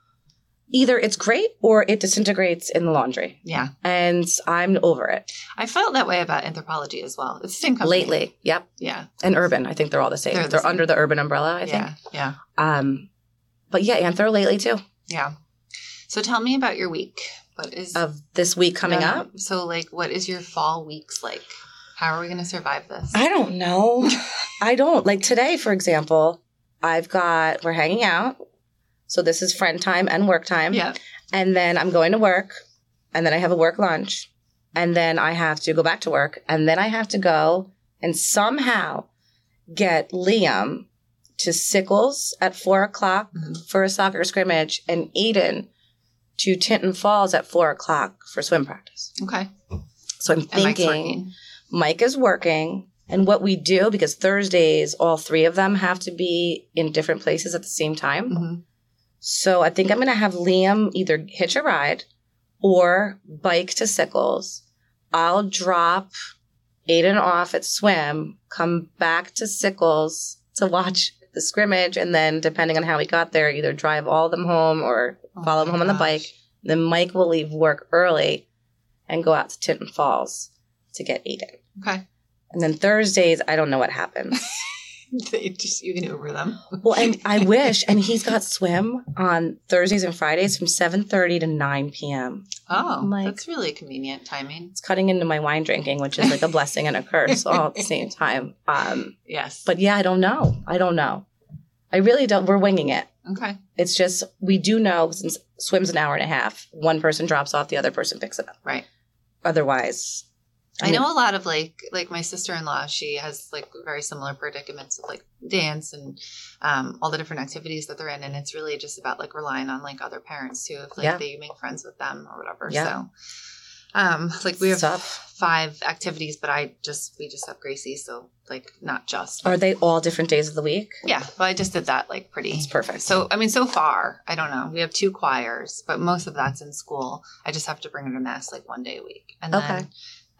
B: either it's great or it disintegrates in the laundry
A: yeah,
B: and i'm over it
A: I felt that way about anthropology as well. It's the same company.
B: lately yep
A: yeah,
B: and urban i think they're all the same
A: They're the
B: they're,
A: same.
B: under the urban umbrella i
A: yeah,
B: think
A: yeah,
B: um but yeah anthro lately too
A: yeah. So tell me about your week. What is
B: of this week Uh, coming
A: Yeah.
B: up
A: So like, what is your fall weeks like? How are we going to survive this?
B: i don't know [sighs] i don't like today for example i've got we're hanging out so this is friend time and work time
A: yeah,
B: and then I'm going to work, and then I have a work lunch, and then I have to go back to work, and then I have to go and somehow get Liam to Sickles at four o'clock
A: Mhm.
B: for a soccer scrimmage, and Eden to Tinton Falls at four o'clock for swim practice.
A: okay.
B: So I'm
A: And Mike's
B: thinking
A: working.
B: Mike is working. And what we do, because Thursdays, all three of them have to be in different places at the same time.
A: Mhm.
B: So I think I'm going to have Liam either hitch a ride or bike to Sickles. I'll drop Aiden off at swim, come back to Sickles to watch the scrimmage, and then depending on how we got there, either drive all of them home or
A: Oh
B: follow him
A: my
B: home on the
A: gosh.
B: bike. Then Mike will leave work early and go out to Tinton Falls to get Aiden.
A: Okay. [laughs]
B: And then Thursdays, I don't know what happens.
A: They just you can Uber them.
B: [laughs] Well, and I wish, and he's got swim on Thursdays and Fridays from seven thirty to nine p.m.
A: Oh,
B: Like-
A: that's really convenient timing.
B: It's cutting into my wine drinking, which is like a blessing and a curse all [laughs] at the same time. Um,
A: Yes.
B: but yeah, I don't know. I don't know. I really don't. We're winging it.
A: okay.
B: It's just we do know since swim's an hour and a half. One person drops off, the other person picks it up.
A: Right.
B: Otherwise,
A: I know a lot of like like my sister in law. She has like very similar predicaments of like dance and um, all the different activities that they're in, and it's really just about like relying on like other parents too, if like
B: Yeah.
A: they make friends with them or whatever.
B: Yeah.
A: So Um, like we have
B: Stuff.
A: five activities, but I just we just have Gracie, so like not just.
B: Are they all different days of the week?
A: Yeah, but I just did that like pretty.
B: It's perfect.
A: So I mean, so far I don't know. We have two choirs, but most of that's in school. I just have to bring her to mass like one day a week, and then
B: Okay.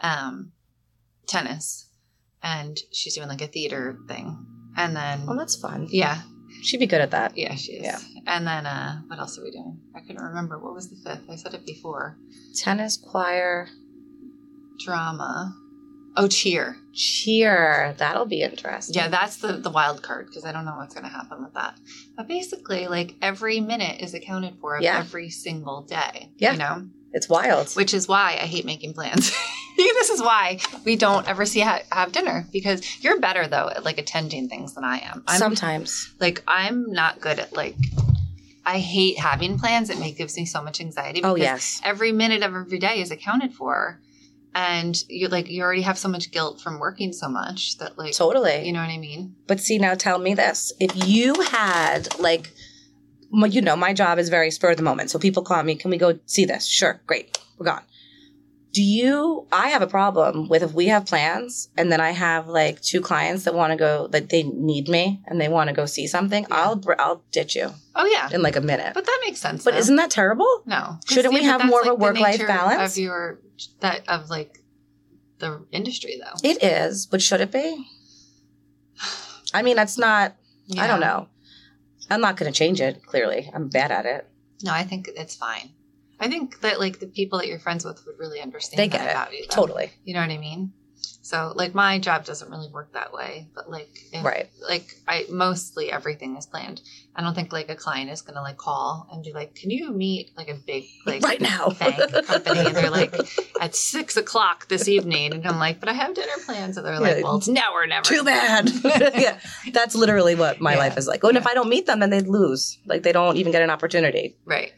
A: um, tennis, and she's doing like a theater thing, and then
B: well, that's fun.
A: yeah,
B: She'd be good at that.
A: yeah, she is.
B: Yeah.
A: And then uh, what else are we doing? I couldn't remember what was the fifth. I said it before.
B: Tennis, choir,
A: Drama. Oh, cheer.
B: cheer. That'll be interesting.
A: Yeah, that's the the wild card because I don't know what's going to happen with that. But basically, like every minute is accounted for of
B: Yeah.
A: every single day.
B: Yeah.
A: you know,
B: It's wild.
A: which is why I hate making plans. [laughs] this is why we don't ever see ha- have dinner because you're better though at like attending things than I am. I'm
B: Sometimes.
A: like I'm not good at like I hate having plans. It ma- gives me so much anxiety.
B: Oh,
A: because
B: yes.
A: every minute of every day is accounted for, and you like you already have so much guilt from working so much that like
B: Totally.
A: you know what I mean.
B: But see, now tell me this: if you had like, my- you know, my job is very spur of the moment, so people call me, "Can we go see this?" Sure, great, we're gone. Do you? I have a problem with if we have plans, and then I have like two clients that want to go, that they need me, and they want to go see something. I'll br- I'll ditch you
A: Oh yeah,
B: in like a minute. But,
A: but that makes sense. though.
B: isn't that terrible?
A: no?
B: shouldn't we
A: but
B: have
A: that's,
B: more of a
A: the
B: work-life
A: nature
B: balance?
A: of your that of like the industry though?
B: It is, but should it be? I mean, that's not. I don't
A: Yeah.
B: know. I'm not going to change it. Clearly, I'm bad at it.
A: No, I think it's fine. I think that like the people that you're friends with would really understand.
B: They
A: that
B: get it.
A: about you, though.
B: Totally
A: You know what I mean? So like my job doesn't really work that way, but like if,
B: right.
A: like I mostly everything is planned. I don't think like a client is gonna like call and be like, "Can you meet like a big like
B: right now.
A: [laughs] bank company?" And they're like, "At six o'clock this evening," and I'm like, "But I have dinner plans." And they're like,
B: Yeah.
A: "Well, it's now or never."
B: [laughs]
A: [laughs]
B: too bad. [laughs] yeah, that's literally what my
A: Yeah.
B: life is like. Oh, And if I don't meet them, then they lose. Like they don't even get an opportunity.
A: Right.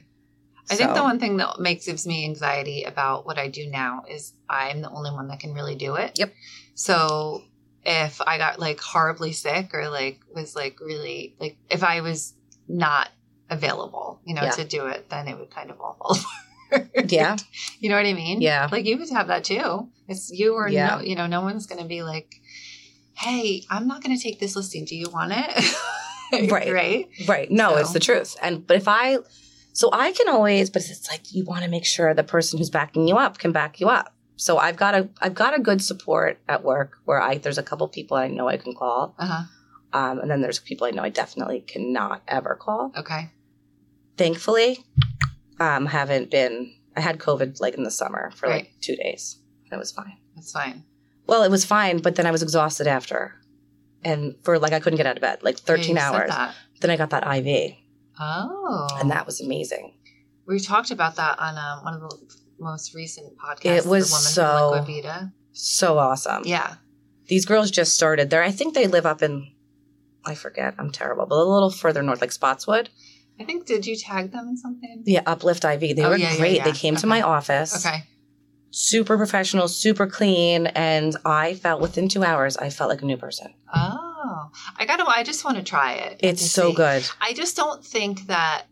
A: I think the
B: So-
A: one thing that makes gives me anxiety about what I do now is I'm the only one that can really do it.
B: Yep.
A: So if I got like horribly sick or like was like really like if I was not available, you know,
B: Yeah.
A: to do it, then it would kind of all [laughs] fall apart.
B: Yeah,
A: You know what I mean?
B: Yeah.
A: Like you could have that too. It's you or
B: Yeah.
A: no, you know, no one's going to be like, "Hey, I'm not going to take this listing. Do you want it?" [laughs]
B: Right.
A: Right.
B: right. No,
A: So-
B: it's the truth. And but if I, so I can always, but it's like you want to make sure the person who's backing you up can back you up. So I've got a I've got a good support at work where I there's a couple people I know I can call,
A: Uh huh.
B: um, and then there's people I know I definitely cannot ever call.
A: Okay.
B: Thankfully, um, haven't been. I had COVID like in the summer for like two days. That was fine.
A: That's fine.
B: Well, it was fine, but then I was exhausted after. And for like, I couldn't get out of bed, like
A: Yeah,
B: 13
A: you said
B: hours.
A: that.
B: Then I got that IV,
A: Oh,
B: and that was amazing.
A: we talked about that on um, one of the most recent podcasts.
B: It was
A: the woman
B: so-
A: from Liquid
B: So awesome.
A: Vita. Yeah,
B: These girls just started there. I think they live up in, I forget, I'm terrible, but a little further north, like Spotswood.
A: I think did you tag them in something?
B: Yeah, Uplift IV. They
A: Oh,
B: were
A: yeah, yeah,
B: great.
A: yeah.
B: They came
A: Okay.
B: to my office.
A: Okay,
B: Super professional, super clean. And I felt within two hours, I felt like a new person.
A: oh, I gotta. I just want to try it.
B: It's
A: to
B: so
A: see.
B: good.
A: I just don't think that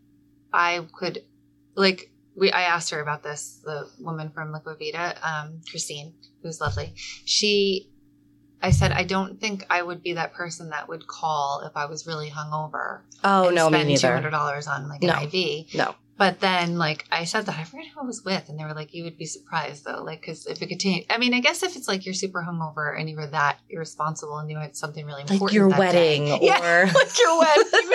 A: I could like we I asked her about this, the woman from Liquid Vita, um, Christine, who's lovely. She I said I don't think I would be that person that would call if I was really hungover.
B: Oh,
A: and
B: no, me
A: spend
B: neither.
A: $200 on like an
B: No.
A: IV.
B: No.
A: But then, like I said that I forget who I was with, and they were like, "You would be surprised, though, like because if it could change, I mean, I guess if it's like you're super hungover and you were that irresponsible and you had something really important,
B: Like your
A: that
B: wedding
A: day.
B: or.
A: [laughs] yeah, like your wedding,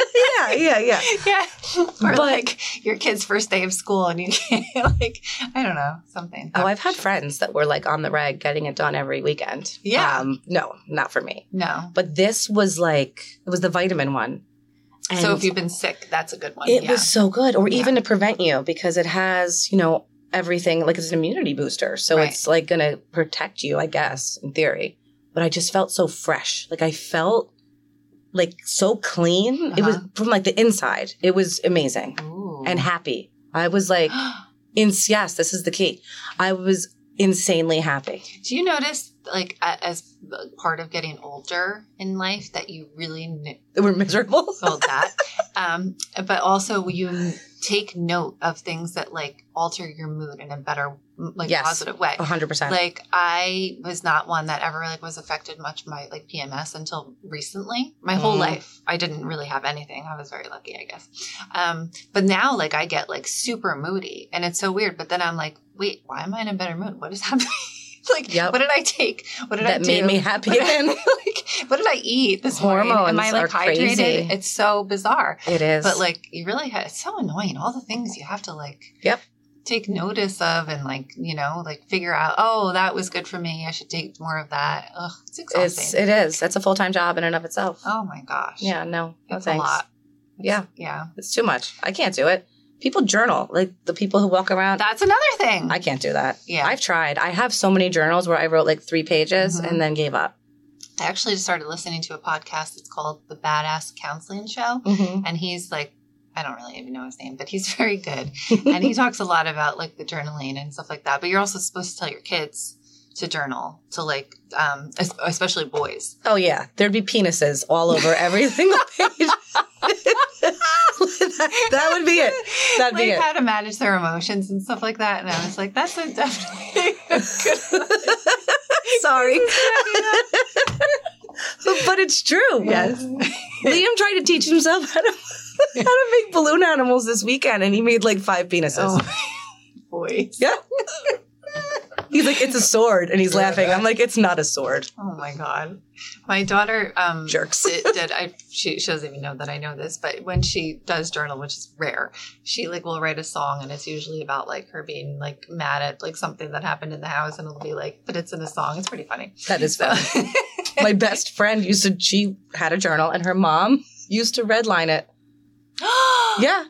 B: yeah, yeah, [laughs] yeah.
A: [laughs] yeah, or
B: But-
A: like your kid's first day of school, and you [laughs] can't, like, I don't know, something.
B: Oh, I've had friends that were like on the reg getting it done every weekend.
A: Yeah.
B: Um, no, not for me.
A: no.
B: But this was like, it was the vitamin one. And
A: so if you've been sick, that's a good one.
B: it
A: yeah.
B: was so good. Or
A: Yeah.
B: even to prevent you because it has, you know, everything like it's an immunity booster. So
A: Right.
B: it's like going to protect you, I guess, in theory. But I just felt so fresh. Like I felt like so clean. It was from like the inside. It was amazing
A: Uh-huh. Ooh. [gasps]
B: [gasps] and happy. I was like, in yes, this is the key. I was insanely happy.
A: Do you notice, like, a- as part of getting older in life, that you really kn-
B: They were miserable.
A: felt that, um, but also you n- take note of things that like alter your mood in a better, like,
B: Yes.
A: positive way.
B: 100%.
A: Like, I was not one that ever like was affected much by like PMS until recently. My whole
B: Mm.
A: life, I didn't really have anything. I was very lucky, I guess. Um, but now, like, I get like super moody, and it's so weird. But then I'm like, wait, why am I in a better mood? What is [laughs] happening? like,
B: Yep.
A: what did I take? What did I
B: that
A: do?
B: made me happy
A: What did I-
B: again.
A: [laughs] like, what did I eat this morning? Am I
B: Hormones
A: like
B: are
A: hydrated?
B: crazy.
A: It's so bizarre.
B: It is.
A: But like, you really ha it's so annoying. All the things you have to like,
B: Yep.
A: take notice of, and like, you know, like figure out. Oh, that was good for me. I should take more of that. Ugh, it's exhausting.
B: it's it is. That's a full time job in and of itself.
A: oh my gosh.
B: Yeah, no, no
A: it's a
B: thanks.
A: lot.
B: Yeah.
A: Yeah,
B: It's too much. I can't do it. People journal, like the people who walk around.
A: that's another thing.
B: I can't do that.
A: yeah,
B: I've tried. I have so many journals where I wrote like three pages
A: Mhm.
B: and then gave up.
A: I actually just started listening to a podcast. It's called The Badass Counseling Show.
B: Mm-hmm.
A: and he's like I don't really even know his name, but he's [laughs] very good. And he talks a lot about like the journaling and stuff like that. But you're also supposed to tell your kids to journal, to like, um, es- especially boys.
B: Oh yeah, there'd be penises all
A: [laughs]
B: over every single page. [laughs] that, that would be it. That'd
A: like
B: be it.
A: how to manage their emotions and stuff like that. And I was like, that's a [laughs] definitely a
B: [laughs]
A: good.
B: Sorry, [laughs] but it's true.
A: yes.
B: Liam tried to teach himself how to [laughs] how to make balloon animals this weekend, and he made like five penises.
A: [laughs] Oh, [laughs] boys.
B: Yeah. He's like, it's a sword, and he's laughing. I'm like, it's not a sword.
A: Oh my god, my daughter um,
B: Jerks.
A: did, did- I she, she doesn't even know that I know this, but when she does journal, which is rare, she like will write a song, and it's usually about like her being like mad at like something that happened in the house, and it'll be like, but it's in a song. It's pretty funny.
B: That is
A: So
B: fun.
A: [laughs]
B: My best friend used to. She had a journal, and her mom used to redline it. Yeah,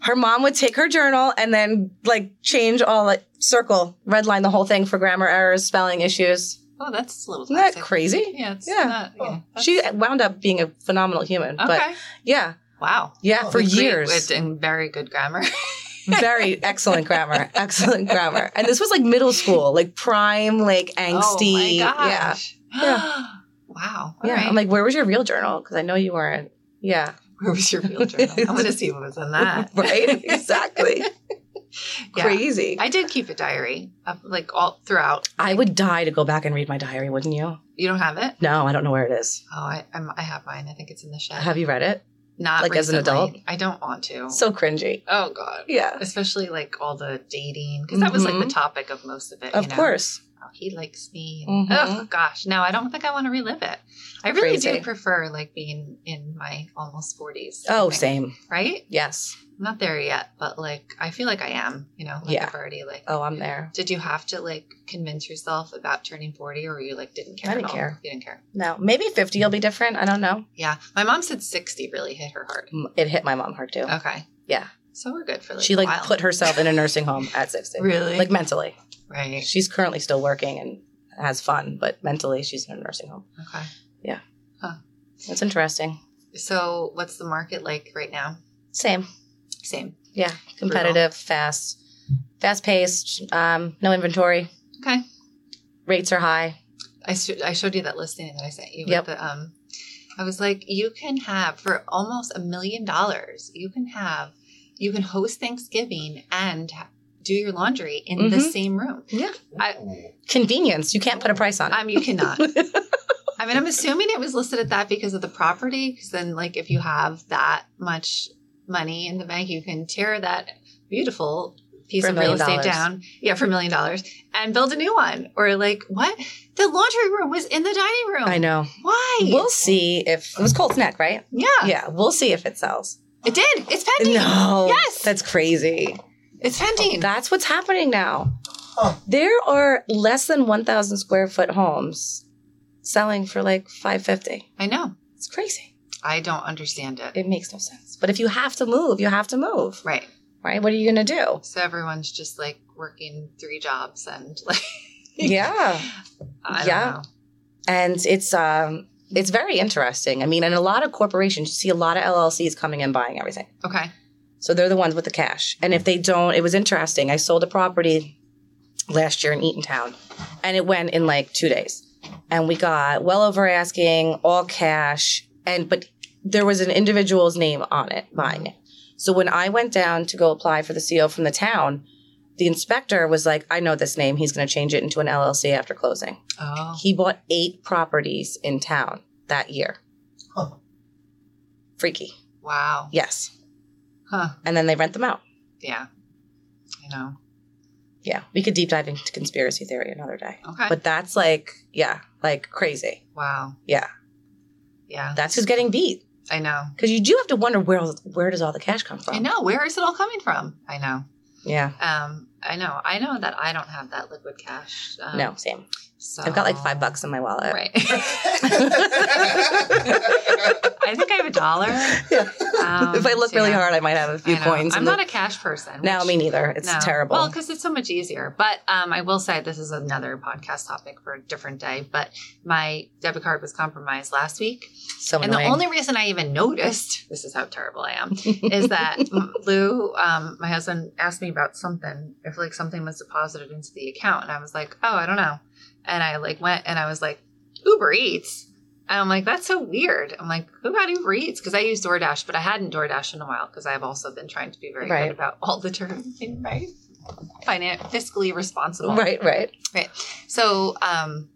B: her mom would take her journal and then like change all like circle redline the whole thing for grammar errors, spelling issues.
A: oh, that's a little.
B: Isn't that
A: toxic.
B: crazy?
A: Yeah, it's
B: Yeah.
A: not. Yeah, that's-
B: She wound up being a phenomenal human,
A: okay.
B: but yeah,
A: wow.
B: yeah, for
A: With great-
B: years.
A: with- in very good
B: [laughs]
A: grammar. [laughs]
B: very excellent grammar excellent grammar and this was like middle school like prime like angsty
A: Oh my
B: yeah
A: gosh. [gasps] wow. All
B: yeah
A: right.
B: i'm like where was your real journal because i know you weren't yeah
A: Where was your real journal? I'm going to see what was in that.
B: [laughs]
A: [laughs]
B: right [laughs] exactly
A: Yeah.
B: crazy I,
A: I did keep a diary, of, like all throughout.
B: would die to go back and read my diary wouldn't you
A: You don't have it?
B: no i don't know where it is
A: Oh, I I'm, I have mine. I think it's in the shed.
B: have you read it
A: Not
B: like, as an
A: recently.
B: adult?
A: I don't want to.
B: so cringy
A: oh god,
B: yeah
A: especially like all the dating because that was like the
B: Mhm.
A: topic of most of it.
B: of
A: you know?
B: course
A: Oh, he likes me.
B: Mhm.
A: Oh gosh, no, I don't think I want to relive it. I really do
B: Crazy.
A: prefer like being in my almost forties.
B: oh same
A: Right?
B: yes
A: I'm not there yet, but like I feel like I am. You know, like
B: Yeah.
A: I've already like.
B: oh i'm there
A: Did you have to like convince yourself about turning forty, or you like didn't care?
B: I didn't
A: at all?
B: care.
A: You didn't care.
B: no maybe 50 will be different i don't know
A: Yeah, my mom said sixty really hit her hard.
B: M- it hit my mom hard too
A: Okay.
B: Yeah.
A: So we're good for like
B: she
A: a
B: like
A: while.
B: put
A: [laughs]
B: herself in a nursing home at [laughs] 60
A: really
B: like mentally
A: right.
B: She's currently still working and has fun, but mentally she's in a nursing home.
A: Okay.
B: That's interesting.
A: So what's the market like right now?
B: Same.
A: Same.
B: Yeah. Competitive, fast, fast paced, um, no inventory.
A: Okay.
B: Rates are high.
A: I sh- I showed you that listing that I sent you. with
B: Yep.
A: The, um, I was like, you can have for almost a million dollars. You can have, you can host Thanksgiving and ha- do your laundry in the
B: Mhm.
A: same room.
B: Convenience. You can't put a price on it.
A: Um, you
B: [laughs]
A: cannot. I mean, I'm assuming it was listed at that because of the property. Because then, like, if you have that much money in the bank, you can tear that beautiful piece
B: For a
A: of real
B: million
A: estate
B: dollars.
A: down, yeah, for a million dollars, and build a new one. Or like, what? The laundry room was in the dining room.
B: I know.
A: Why?
B: We'll see if it was Colt's neck, right?
A: yeah,
B: Yeah, we'll see if it sells.
A: it did. It's pending.
B: No.
A: Yes.
B: That's crazy.
A: It's pending.
B: That's what's happening now. There are less than 1,000 square foot homes selling for like 550.
A: I know.
B: It's crazy.
A: I don't understand it.
B: it makes no sense. But if you have to move, you have to move,
A: Right.
B: right? What are you going to
A: [laughs]
B: do?
A: So everyone's just like working three jobs and like,
B: Yeah.
A: I don't
B: Yeah.
A: know.
B: And it's um it's very interesting. I mean, and a lot of corporations you see a lot of LLCs coming and buying everything.
A: Okay.
B: So they're the ones with the cash. And if they don't, it was interesting. I sold a property last year in Eatontown, and it went in like two days, and we got well over asking, all cash, and but there was an individual's name on it, mine. So when I went down to go apply for the CO from the town, the inspector was like, "I know this name. He's going to change it into an LLC after closing."
A: Oh.
B: He bought eight properties in town that year.
A: Huh.
B: Freaky,
A: Wow.
B: yes.
A: Huh.
B: And then they rent them out.
A: Yeah. You know.
B: Yeah, we could deep dive into conspiracy theory another day.
A: Okay.
B: But that's like, yeah, like crazy.
A: wow.
B: Yeah,
A: Yeah.
B: that's who's getting beat.
A: I know.
B: Because you do have to wonder where all- where does all the cash come from?
A: I know. Where is it all coming from? I know.
B: Yeah.
A: Um, I know. I know that I don't have that liquid cash. Um,
B: No, same.
A: So
B: I've got like five bucks in my wallet. [laughs]
A: Right. [laughs] I think I have a dollar.
B: [laughs] Yeah.
A: Um,
B: if I look really
A: yeah.
B: hard, I might have a few
A: I know.
B: coins.
A: I'm
B: in the-
A: not a cash person.
B: no,
A: which-
B: me neither. It's
A: no.
B: terrible.
A: Well, because it's so much easier. But um, I will say this is another podcast topic for a different day. But my debit card was compromised last week,
B: so
A: and the only reason I even noticed this is how terrible I am is that Lou, um, my husband, asked me about something if like something was deposited into the account, and I was like, oh, I don't know, and I like went and I was like, Uber Eats. And I'm like, that's so weird. I'm like, who got Uber Eats? Because I use DoorDash, but I hadn't DoorDash in a while because I've also been trying to be very
B: Right.
A: good about all the terms, [laughs] being very finan- fiscally responsible.
B: [laughs] right, right.
A: So, um,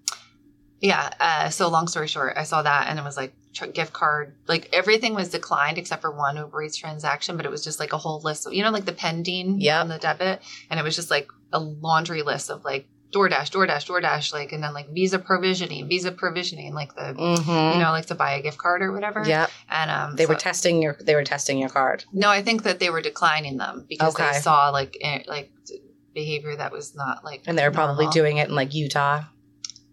A: yeah. Uh, so, long story short, I saw that and it was like tr- gift card, like everything was declined except for one Uber Eats transaction, but it was just like a whole list of, you know, like the pending
B: Yep.
A: on the debit. And it was just like a laundry list of like DoorDash, DoorDash, DoorDash, like, and then like Visa provisioning, Visa provisioning, like the,
B: Mm-hmm.
A: you know, like to buy a gift card or whatever.
B: yeah,
A: And um,
B: they were
A: so-
B: testing your they were testing your card.
A: no, I think that they were declining them because they
B: Okay.
A: saw like, eh, like, d- behavior that was not like
B: And they were probably
A: normal.
B: doing it in like Utah.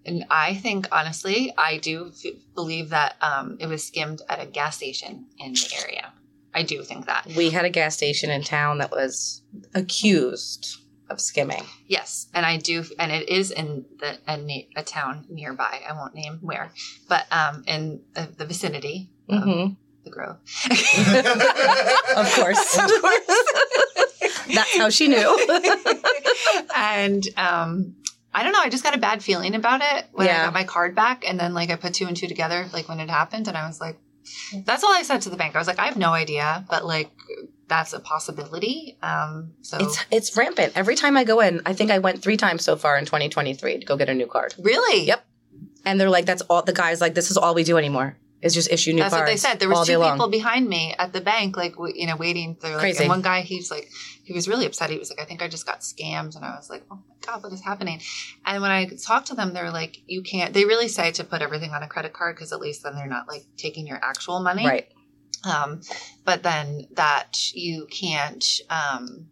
A: And I think, honestly, I do f- believe that um, it was skimmed at a gas station in the area. I do think that.
B: We had a gas station in town that was accused of skimming.
A: Yes. And I do, and it is in the, a, ne- a town nearby. I won't name where, but um, in the, the vicinity of
B: Mhm.
A: the Grove.
B: Of
A: [laughs]
B: course. of course. [laughs] That's how she knew.
A: and um, I don't know. I just got a bad feeling about it when I
B: Yeah.
A: got my card back. And then, like, I put two and two together, like, when it happened. And I was like, that's all I said to the bank. I was like, I have no idea, but like, that's a possibility. Um, so,
B: It's it's rampant. Every time I go in, I think I went three times so far in 2023 to go get a new card.
A: really?
B: Yep. And they're like, that's all. The guys like, this is all we do anymore is just issue new
A: That's
B: cards.
A: what they said. There was
B: all
A: two
B: day
A: people
B: long.
A: behind me at the bank, like w- you know, waiting. They're like,
B: Crazy.
A: and one guy, he's like, he was really upset. He was like, I think I just got scammed, and I was like, oh my god, what is happening? And when I talked to them, they're like, you can't. They really say to put everything on a credit card because at least then they're not like taking your actual money,
B: Right.
A: Um, but then that you can't. Um,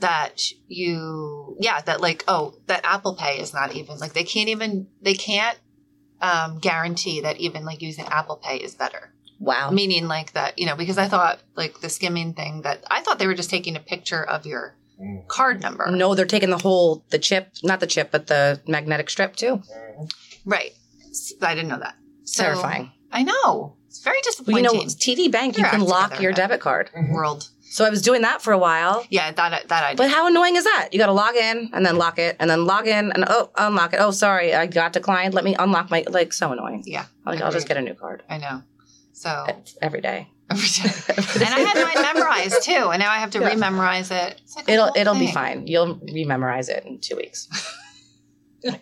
A: that you yeah that like oh that apple pay is not even like they can't even they can't um guarantee that even like using apple pay is better
B: Wow.
A: meaning like that you know because i thought like the skimming thing that i thought they were just taking a picture of your card number
B: No, they're taking the whole the chip, not the chip, but the magnetic strip too.
A: right S- i didn't know that So-
B: Terrifying.
A: i know it's very
B: Well,
A: disappointing
B: you know, TD Bank, you
A: They're acting
B: can lock
A: together,
B: your
A: but-
B: debit card.
A: world
B: So I was doing that for a while.
A: yeah that that i
B: But how annoying is that? You got to log in and then lock it and then log in and oh, unlock it. Oh, sorry, I got declined. Let me unlock my like so annoying.
A: Yeah,
B: Like, I'll just
A: agreed.
B: get a new card e,
A: i know
B: [laughs]
A: so [laughs]
B: every day.
A: every time
B: [laughs]
A: and i had mine memorized too and now i have to
B: Yeah.
A: rememorize it It's like a
B: It'll
A: whole
B: it'll be
A: [laughs] thing.
B: fine. You'll rememorize it in two
A: [laughs]
B: weeks.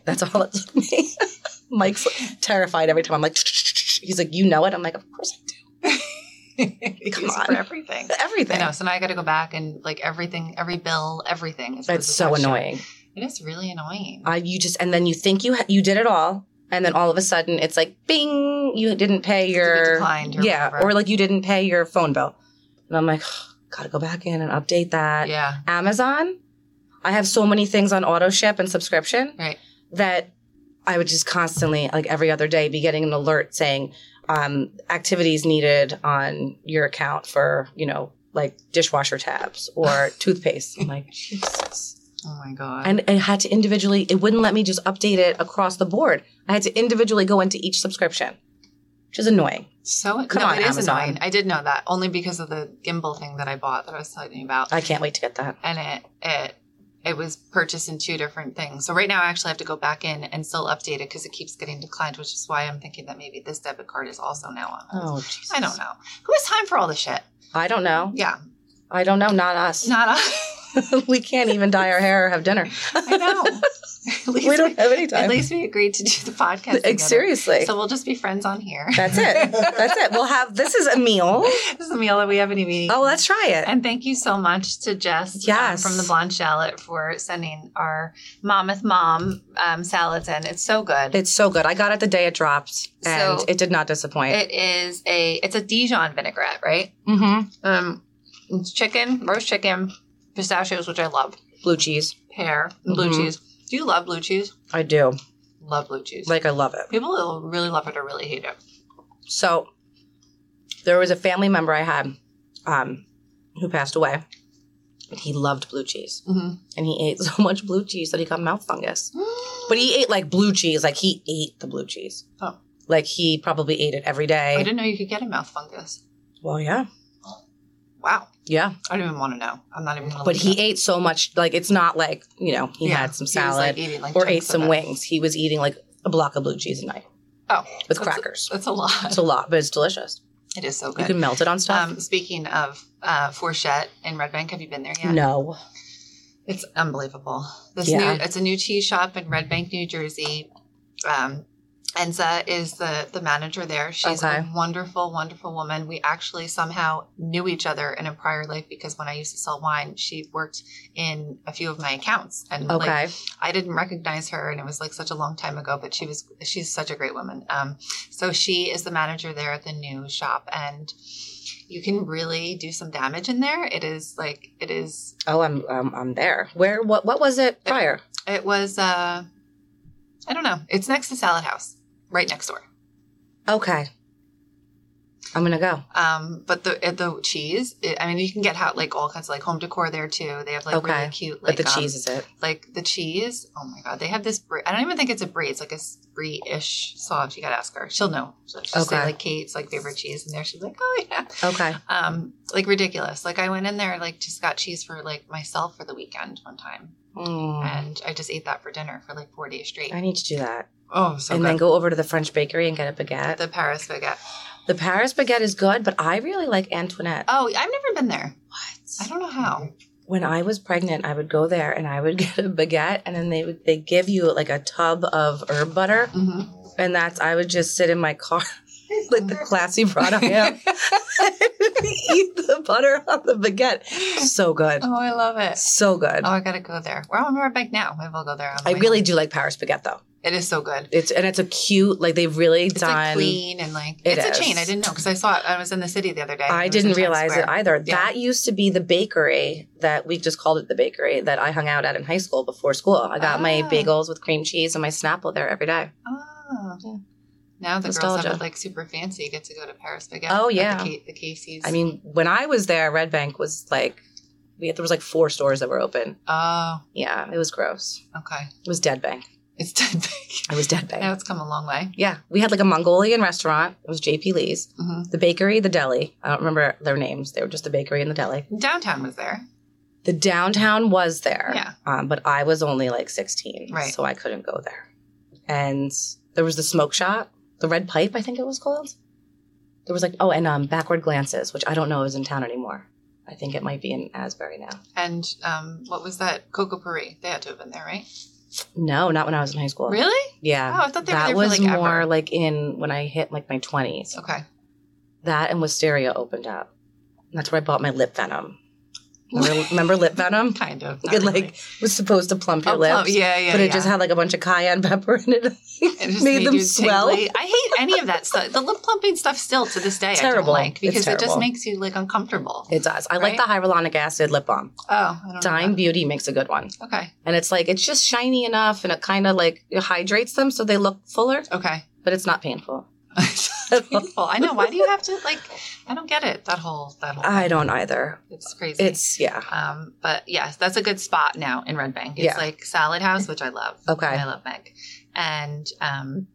B: That's all it took me. [laughs] Mike's terrified every time. I'm like, [laughs] he's like, you know it. I'm like, of course I
A: Use
B: Come
A: it
B: on.
A: for everything
B: [laughs] do. Everything.
A: I know, so now I got to go back and like everything, every bill, everything. is-
B: It's
A: is
B: so
A: actually-
B: annoying.
A: It is really annoying.
B: Uh, you just and then you think you ha- you did it all, and then all of a sudden it's like, bing, you didn't pay
A: get
B: your
A: declined or
B: yeah,
A: whatever.
B: or like you didn't pay your phone bill, and I'm like, [sighs] gotta go back in and update that.
A: yeah,
B: Amazon, I have so many things on auto ship and subscription
A: Right.
B: that I would just constantly, like every other day, be getting an alert saying um, activities needed on your account for, you know, like dishwasher tabs
A: [laughs]
B: or toothpaste. I'm like, Jesus.
A: Oh my god.
B: And I had to individually, it wouldn't let me just update it across the board. I had to individually go into each subscription, which is annoying.
A: so
B: Come
A: no,
B: on,
A: it is
B: Amazon.
A: annoying. I did know that only because of the gimbal thing that I bought that I was telling you about,
B: I can't wait to get that.
A: and it it it was purchased in two different things. So right now I actually have to go back in and still update it because it keeps getting declined, which is why I'm thinking that maybe this debit card is also now on.
B: Oh, Jesus.
A: I don't know. Who has time for all this shit?
B: I don't know.
A: Yeah,
B: I don't know. Not us.
A: not I.
B: [laughs] we can't even dye our hair or
A: [laughs]
B: have dinner.
A: I know. At least
B: we don't have any
A: At
B: time.
A: least we agreed to do the podcast.
B: Like,
A: together.
B: seriously.
A: So we'll just be friends on here. [laughs]
B: that's it. That's it. We'll have this is a meal.
A: this is a meal that we haven't even eaten.
B: Oh, let's try it.
A: And thank you so much to Jess um,
B: Yes.
A: from the Blonde Shallot for sending our Mammoth Mom um, salads in. It's so good.
B: It's so good. I got it the day it dropped, and
A: So-
B: it did not disappoint.
A: It is a it's a Dijon vinaigrette, right?
B: mm-hmm.
A: Um, it's chicken, roast chicken, pistachios, which I love,
B: Blue cheese.
A: pear, and blue
B: Mhm.
A: cheese. Do you love blue cheese?
B: I do.
A: Love blue cheese.
B: Like I love it.
A: people will really love it or really hate it.
B: So there was a family member I had um, who passed away. And he loved blue cheese,
A: Mm-hmm.
B: and he ate [laughs] so much blue cheese that he got mouth fungus. But he ate like blue cheese, like he ate the blue cheese.
A: Oh.
B: Like he probably ate it every
A: I
B: day.
A: didn't know you could get a mouth fungus.
B: Well, yeah,
A: Wow,
B: yeah.
A: I don't even want to know. I'm not even. Gonna
B: But
A: look
B: he
A: it up.
B: ate so much, like it's not like you know he
A: Yeah,
B: had some
A: was,
B: salad
A: like, eating, like,
B: or ate
A: chunks of
B: some
A: it.
B: wings. He was eating like a block of blue cheese a night
A: Oh,
B: with
A: that's-
B: crackers.
A: That's a lot. [laughs]
B: It's a lot, but it's delicious.
A: It is so
B: You
A: good.
B: can melt it on stuff.
A: um, speaking of uh, Fourchette in Red Bank, have you been there yet?
B: No,
A: It's unbelievable. This
B: Yeah.
A: new it's a new tea shop in Red Bank, New Jersey. Um, Enza is the the manager there. She's
B: Okay.
A: a wonderful, wonderful woman. We actually somehow knew each other in a prior life because when I used to sell wine, she worked in a few of my accounts, and like
B: okay,
A: I didn't recognize her, and it was like such a long time ago. But she was she's such a great woman. Um, so she is the manager there at the new shop, and you can really do some damage in there. It is like it is.
B: Oh, I'm um, I'm there. Where? What? What was it prior?
A: It was uh, I don't know. It's next to Salad House, right next door.
B: Okay, I'm gonna go.
A: Um, but the uh, the cheese, it, I mean, you can get how, like all kinds of like home decor there too. They have like
B: Okay.
A: really cute
B: But
A: like
B: the
A: um,
B: cheese is it?
A: like the cheese. Oh my god, they have this. Brie, I don't even think it's a brie. It's like a brie ish sauce. You gotta ask her. She'll know. She'll she'll say
B: Okay.
A: like Kate's like favorite cheese in there. She's like, oh yeah.
B: Okay.
A: Um, like ridiculous. Like I went in there like just got cheese for like myself for the weekend one time,
B: Mm,
A: and I just ate that for dinner for like four days straight.
B: I need to do that,
A: oh, so
B: and
A: good.
B: then go over to the French bakery and get a baguette.
A: the Paris baguette.
B: The Paris baguette is good, but I really like Antoinette.
A: Oh, I've never been there. I
B: What?
A: don't know how.
B: When I was pregnant, I would go there and I would [laughs] get a baguette, and then they would they give you like a tub of herb butter,
A: hmm
B: and that's I would just sit in my car. [laughs] Like the classy
A: [laughs]
B: product, [laughs] yeah. Eat the butter on the baguette. So good,
A: Oh, I love it.
B: so good.
A: Oh, I gotta go there. Well, I'm right back now. Maybe I'll go there. on the
B: I
A: way
B: really
A: home.
B: do like Paris Baguette though.
A: It is so good.
B: It's and it's a cute like they've really
A: It's
B: done.
A: like clean and like
B: It
A: it's a chain.
B: is.
A: I didn't know because I saw it. I was in the city the other day.
B: I
A: It was in
B: didn't
A: Times
B: realize it
A: Square.
B: either.
A: Yeah.
B: That used to be the bakery that we just called it the bakery that I hung out at in high school before school. I got my
A: Ah.
B: bagels with cream cheese and my Snapple there every day.
A: Oh. Now the girls
B: Nostalgia.
A: have it like super fancy. You get to go to Paris baguette.
B: Oh,
A: at
B: yeah.
A: the, K- the Casey's.
B: I mean, when I was there, Red Bank was like we had, there was like four stores that were open.
A: oh,
B: Yeah, it was gross.
A: okay.
B: It was Dead Bank.
A: It's [laughs] dead big.
B: It was Dead Bank.
A: Now it's come a long way.
B: Yeah, we had like a Mongolian restaurant. It was JP Lee's.
A: hmm
B: The bakery, the deli. I don't remember their names. They were just the bakery and the deli.
A: Downtown was there.
B: The downtown was there.
A: Yeah.
B: Um, but I was only like 16.
A: Right.
B: So I couldn't go there. And there was the smoke shop, the red pipe, I think it was called. There was like, oh, and um, backward glances, which I don't know is in town anymore. I think it might be in Asbury now.
A: And um, what was that? Coco Paris. They had to have been there, right?
B: No, not when I was in high school.
A: Really?
B: Yeah.
A: Oh, I thought they were
B: that
A: there
B: was
A: for like
B: more
A: ever.
B: like in when I hit like my 20s.
A: Okay.
B: That and Wisteria opened up. That's where I bought my lip venom. Remember,
A: [laughs]
B: remember lip venom?
A: Kind
B: [laughs]
A: of.
B: It
A: not
B: like
A: really.
B: was supposed to plump your
A: Oh,
B: lips,
A: plum- Yeah, yeah.
B: but it
A: yeah.
B: just had like a bunch of cayenne pepper in it. [laughs]
A: It just
B: made them
A: you
B: swell.
A: tingly. I hate any of that stuff. The lip plumping stuff still to this day
B: Terrible.
A: I don't like
B: It's
A: because it just
B: terrible.
A: makes you like uncomfortable.
B: It does. I like the hyaluronic acid lip balm.
A: oh, I don't know
B: Dime
A: that.
B: Beauty makes a good one,
A: Okay.
B: and it's like it's just shiny enough, and it kind of like it hydrates them so they look fuller,
A: Okay. [laughs]
B: but it's not painful.
A: Painful. I know. Why do you have to like? I don't get it. That whole that whole.
B: I
A: thing.
B: don't either.
A: It's crazy.
B: Ah, It's yeah.
A: Um, but yes, that's a good spot now in Red Bank. It's
B: Yeah.
A: like Salad House, which I love.
B: Okay.
A: I love Meg, and um,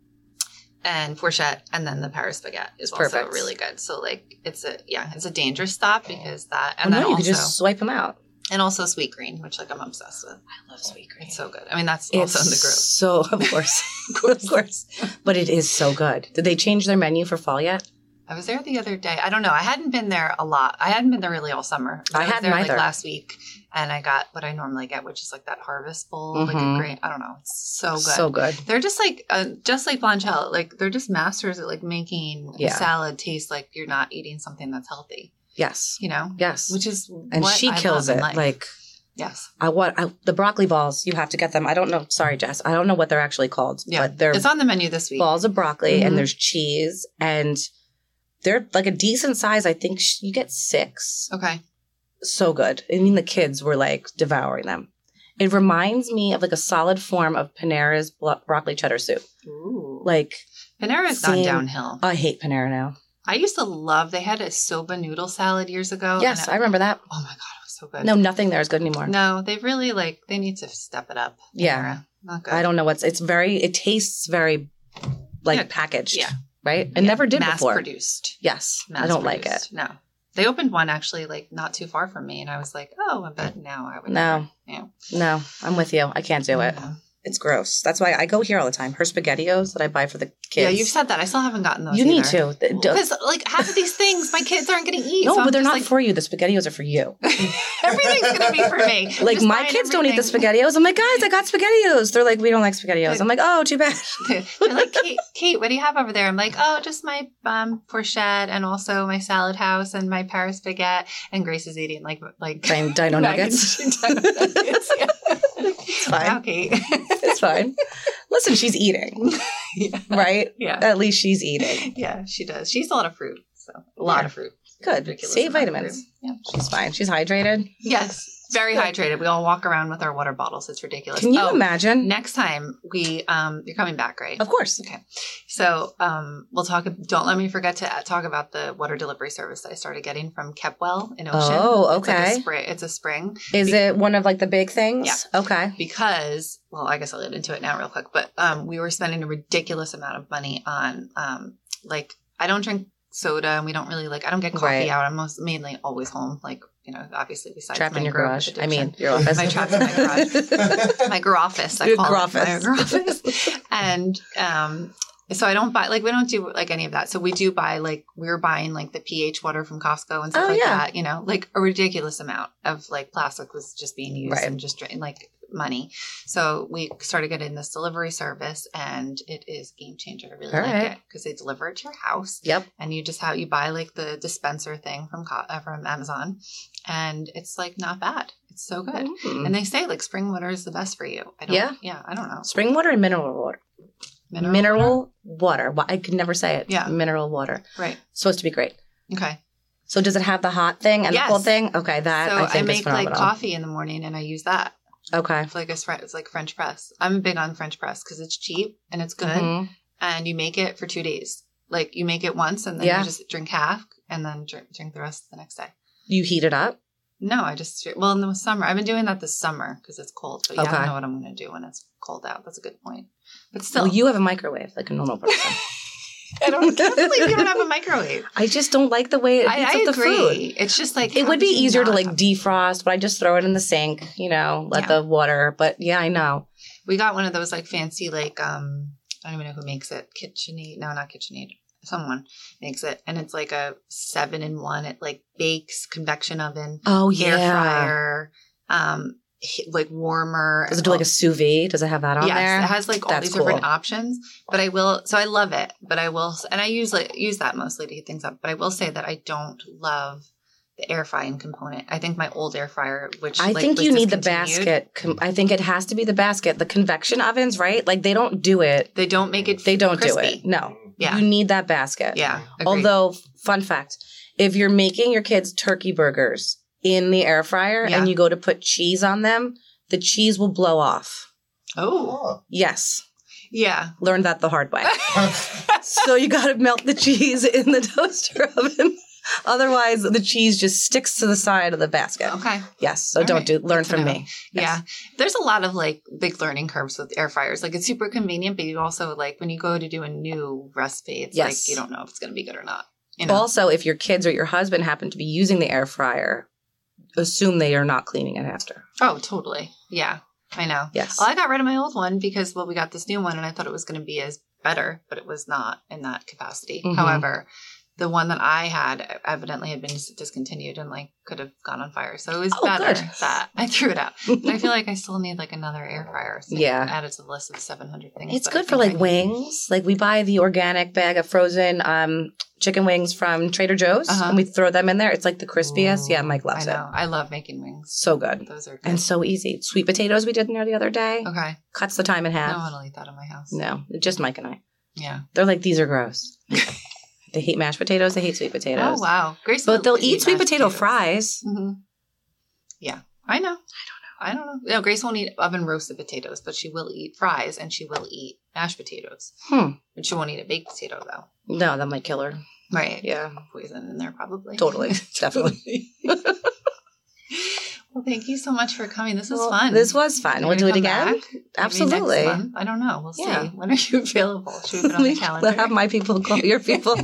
A: and Fourchette, and then the Paris Baguette is also
B: Perfect.
A: really good. So like, it's a yeah, it's a dangerous stop because that,
B: And
A: and
B: no,
A: then
B: you
A: also
B: could just swipe them out.
A: and also sweet green, which like I'm obsessed with.
B: I love sweet green.
A: It's so good. I mean, that's
B: It's
A: also in the group.
B: so of
A: [laughs]
B: course, [laughs] of course, but it is so good. Did they change their menu for fall yet?
A: I was there the other day. I don't know. I hadn't been there a lot. I hadn't been there really all summer.
B: I
A: was
B: hadn't
A: there
B: either.
A: like last week, and I got what I normally get, which is like that harvest bowl, like
B: Mhm.
A: a grain. I don't know. It's so good.
B: So good.
A: they're just like uh, just like Blanchel. Like they're just masters at like making
B: Yeah.
A: salad taste like you're not eating something that's healthy.
B: Yes,
A: You know,
B: yes,
A: which is
B: and
A: what
B: she
A: I
B: kills
A: love
B: it.
A: in life.
B: Like
A: yes,
B: I want I, the broccoli balls. You have to get them. I don't know. Sorry, Jess. I don't know what they're actually called.
A: yeah.
B: but they're
A: it's on the menu this week.
B: balls of broccoli,
A: Mhm.
B: and there's cheese, and they're like a decent size. I think sh- you get six.
A: Okay,
B: so good. I mean, the kids were like devouring them. It reminds me of like a solid form of Panera's blo- broccoli cheddar soup.
A: Ooh.
B: Like,
A: Panera's gone
B: Same.
A: downhill.
B: I hate Panera now.
A: I used to love. They had a soba noodle salad years ago.
B: yes,
A: and
B: I
A: it-
B: remember that.
A: oh my god, it was so good.
B: No, nothing there is good anymore.
A: no, they really like. They need to step it up.
B: yeah,
A: Panera. not good.
B: I don't know what's. It's very. It tastes very, like
A: Yeah.
B: packaged.
A: Yeah.
B: Right. It
A: Yeah.
B: never did
A: Mass
B: before.
A: produced.
B: Yes,
A: Mass
B: I don't like it.
A: produced. No, they opened one actually like not too far from me, and I was like, oh, I bet now I would.
B: No.
A: never. Yeah.
B: No, I'm with you. I can't do it.
A: Yeah.
B: It's gross. That's why I go here all the time. Her spaghettios that I buy for the kids.
A: Yeah, you've said that. I still haven't gotten those.
B: you need to. Th- don't-
A: because like half of these things my kids aren't going to eat.
B: No,
A: so I'm
B: but they're
A: just
B: not
A: like,
B: for you. The spaghettios are for you.
A: everything's going to be for me. I'm [laughs]
B: like
A: just
B: my
A: buying
B: kids don't eat the
A: everything.
B: spaghettios. I'm like, guys, I got spaghettios. They're like, we don't like spaghettios. I'm like, oh,
A: [laughs]
B: too bad.
A: They're like Kate, Kate, what do you have over there? I'm like, oh, just my um, porchette and also my salad house and my Paris baguette. And Grace is eating like like
B: Fine, dino
A: mac and
B: nuggets.
A: cheese- dino nuggets.
B: [laughs]
A: Yeah.
B: fine.
A: Wow, Kate.
B: [laughs]
A: [laughs]
B: It's fine. Listen, she's eating,
A: yeah.
B: right?
A: yeah,
B: At least
A: [laughs]
B: she's eating.
A: yeah, she does. She eats a lot of fruit. So a
B: Yeah.
A: lot of fruit.
B: Good.
A: Ridiculous
B: Save
A: amount of
B: vitamins.
A: fruit. Yeah.
B: She's fine. She's hydrated.
A: Yes, very hydrated. We all walk around with our water bottles. It's ridiculous.
B: Can you
A: Oh,
B: imagine?
A: Next time we, um, you're coming back, right?
B: Of course.
A: So um, we'll talk. Don't let me forget to uh, talk about the water delivery service that I started getting from Kepwell in Ocean.
B: Oh,
A: It's, like, a
B: okay.
A: spring- it's a spring
B: Is it one of like the big things?
A: Yeah.
B: Okay.
A: because, well, I guess I'll get into it now real quick. But um, we were spending a ridiculous amount of money on um, like I don't drink soda and we don't really like I don't get coffee
B: Right.
A: out. I'm most mainly always home. Like you know, obviously besides
B: Trap
A: my
B: in your
A: growth
B: garage. I
A: addiction.
B: mean, your office.
A: My trap in my [laughs] garage. my garoffice. I
B: [laughs] Your
A: call it my
B: garoffice.
A: garoffice. and um, so I don't buy like we don't do like any of that. So we do buy like we're buying like the pH water from Costco and stuff
B: Oh,
A: like
B: yeah.
A: that. You know, like a ridiculous amount of like plastic was just being used
B: Right.
A: and just drain like money. So we started getting this delivery service, and it is game changer. I really
B: All
A: like
B: right.
A: it because they deliver it to your house
B: [laughs] Yep.
A: and you just how you buy like the dispenser thing from Co- uh, from Amazon, and it's like not bad. It's so good.
B: Mm.
A: And they say like spring water is the best for you. I don't,
B: Yeah.
A: yeah. I don't know
B: Spring water and mineral water. Mineral, water. Why I could never say it.
A: Uh-huh. Yeah.
B: Mineral water.
A: water? right?
B: It's supposed to be great.
A: Okay.
B: So does it have the hot thing and
A: Yes.
B: the cold thing? Okay, that
A: so
B: I
A: I,
B: think is
A: make like
B: phenomenal.
A: coffee in the morning and I use that.
B: okay.
A: It's like a Fre- it's like French press. I'm big on French press because it's cheap and it's good,
B: Mhm.
A: and you make it for two days. Like you make it once and then
B: Yeah.
A: you just drink half and then drink, drink the rest the next day.
B: You heat it up.
A: No, I just well in the summer. I've been doing that this summer because it's cold. But yeah, I
B: Okay.
A: don't know what I'm going to do when it's cold out. That's a good point. But still,
B: well, you have a microwave like a normal person.
A: I don't I can't believe you
B: [laughs]
A: don't have a microwave.
B: I just don't like the way it heats
A: I, I
B: up the
A: agree.
B: food.
A: It's just like
B: It
A: how
B: would be
A: could you
B: easier to
A: not
B: like
A: have-
B: defrost, but I just throw it in the sink, you know, let
A: Yeah.
B: the water. But yeah, I know.
A: We got one of those like fancy like um I don't even know who makes it. KitchenAid? No, not KitchenAid. Someone makes it, and it's like a seven in one. It like bakes, convection oven,
B: Oh
A: air
B: yeah.
A: fryer, um, he- like warmer.
B: Does it do like a sous vide? Does it have that on
A: yes,
B: there?
A: it has like all
B: That's
A: these different
B: cool.
A: options. But I will, so I love it. But I will, and I usually use that mostly to heat things up. But I will say that I don't love the air frying component. I think my old air fryer, which
B: I
A: like,
B: think
A: was
B: you need the
A: discontinued,
B: basket. Com- I think it has to be the basket. The convection ovens, right? Like they don't do it.
A: They don't make it.
B: They don't do
A: Crispy.
B: it. No.
A: Yeah,
B: You need that basket.
A: yeah. agreed.
B: Although, fun fact, if you're making your kids turkey burgers in the air fryer
A: Yeah.
B: and you go to put cheese on them, the cheese will blow off.
A: oh
B: Yes,
A: yeah,
B: learned that the
A: [laughs]
B: hard way. so you got to melt the cheese in the [laughs] toaster oven. Otherwise, the cheese just sticks to the side of the basket.
A: okay,
B: Yes, so
A: All
B: don't
A: right.
B: do. Learn
A: Good to
B: from
A: know.
B: me.
A: yeah.
B: Yes.
A: There's a lot of like big learning curves with air fryers. Like it's super convenient, but you also like when you go to do a new recipe, it's like
B: Yes.
A: you don't know if it's going to be good or not. You know?
B: Also, if your kids or your husband happen to be using the air fryer, assume they are not cleaning it after.
A: Oh, totally. Yeah, I know.
B: Yes.
A: Well, I got rid of my old one because well, we got this new one, and I thought it was going to be as better, but it was not in that capacity.
B: Mhm.
A: However, the one that I had evidently had been dis- discontinued and like could have gone on fire, so it was
B: Oh,
A: better
B: good.
A: that I threw it out. But
B: [laughs]
A: I feel like I still need like another air fryer. So
B: Yeah.
A: added to the list of seven hundred things.
B: It's
A: that I
B: good for
A: think I
B: like
A: need.
B: wings. Like we buy the organic bag of frozen um, chicken wings from Trader Joe's,
A: Uh-huh.
B: and we throw them in there. It's like the crispiest. yeah,
A: Ooh,
B: Mike loves
A: I
B: it.
A: know. I love making wings.
B: So good
A: Those are good.
B: and so easy. Sweet potatoes we did in there the other day
A: okay.
B: cuts the time in
A: No
B: half.
A: one will eat that in my house.
B: No, just Mike and I.
A: Yeah.
B: They're like these are [laughs] gross. they hate mashed potatoes. They hate sweet potatoes.
A: Oh wow, Grace.
B: But they'll
A: won't
B: eat sweet
A: mashed
B: potato
A: potatoes.
B: fries.
A: hmm Yeah, I know. I don't know. I don't know. No, Grace won't eat oven roasted potatoes, but she will eat fries and she will eat mashed potatoes.
B: Hmm.
A: But she won't eat a baked potato though.
B: No, that might kill her.
A: Right.
B: Yeah,
A: Poison in there probably.
B: totally, [laughs] definitely.
A: well, thank you so much for coming. This was
B: Well,
A: fun.
B: This was fun.
A: You're
B: We'll do
A: gonna
B: it
A: come
B: again.
A: back? Maybe next
B: Absolutely.
A: month? I don't know. We'll
B: Yeah.
A: see. When are you
B: [laughs]
A: available? Should we put on the calendar?
B: We'll have my people call
A: [laughs]
B: your people.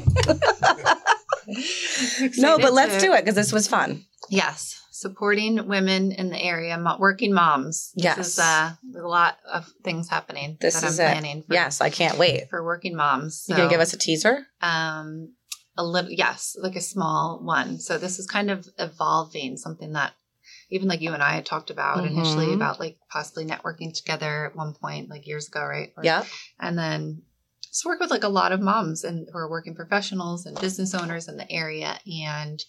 B: no, but let's do it because this was fun.
A: Yes, supporting women in the area, mo- working moms.
B: Yes.
A: this is uh, a lot of things happening
B: This
A: that
B: is it.
A: I'm planning. For,
B: Yes, I can't wait.
A: for working moms.
B: You gonna
A: So,
B: give us a teaser?
A: um a little yes, like a small one. So this is kind of evolving something that even like you and I had talked about initially
B: Mhm.
A: about like possibly networking together at one point, like years ago, right? Or-
B: Yep.
A: and then just work with like a lot of moms and who are working professionals and business owners in the area and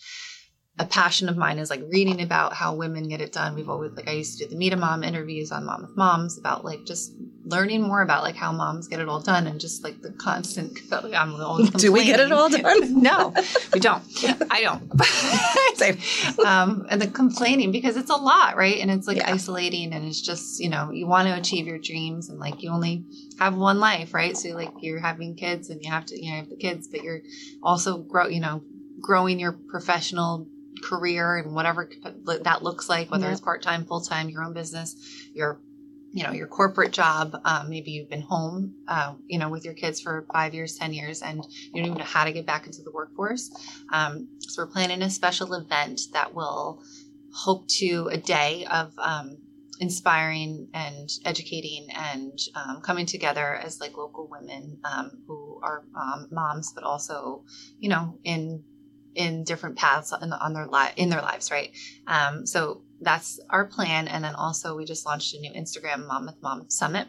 A: a passion of mine is like reading about how women get it done. We've always like I used to do the meet a mom interviews on mom with moms about like just learning more about like how moms get it all done and just like the constant. [laughs] I'm always
B: Do we get it
A: complaining.
B: all
A: [laughs]
B: done?
A: No, we don't. [laughs] I don't. [laughs]
B: Same.
A: um, and the complaining because it's a lot, right? And it's like
B: Yeah.
A: isolating, and it's just you know you want to achieve your dreams, and like you only have one life, right? So like you're having kids, and you have to you know have the kids, but you're also grow you know growing your professional career and whatever that looks like, whether
B: Yeah.
A: it's part time, full time, your own business, your you know your corporate job. Um, maybe you've been home, uh, you know, with your kids for five years, ten years, and you don't even know how to get back into the workforce. Um, so we're planning a special event that will hope to a day of um, inspiring and educating and um, coming together as like local women um, who are um, moms, but also you know in in different paths on, on their li- in their lives, right? Um, so that's our plan, and then also we just launched a new Instagram, Mom with Mom Summit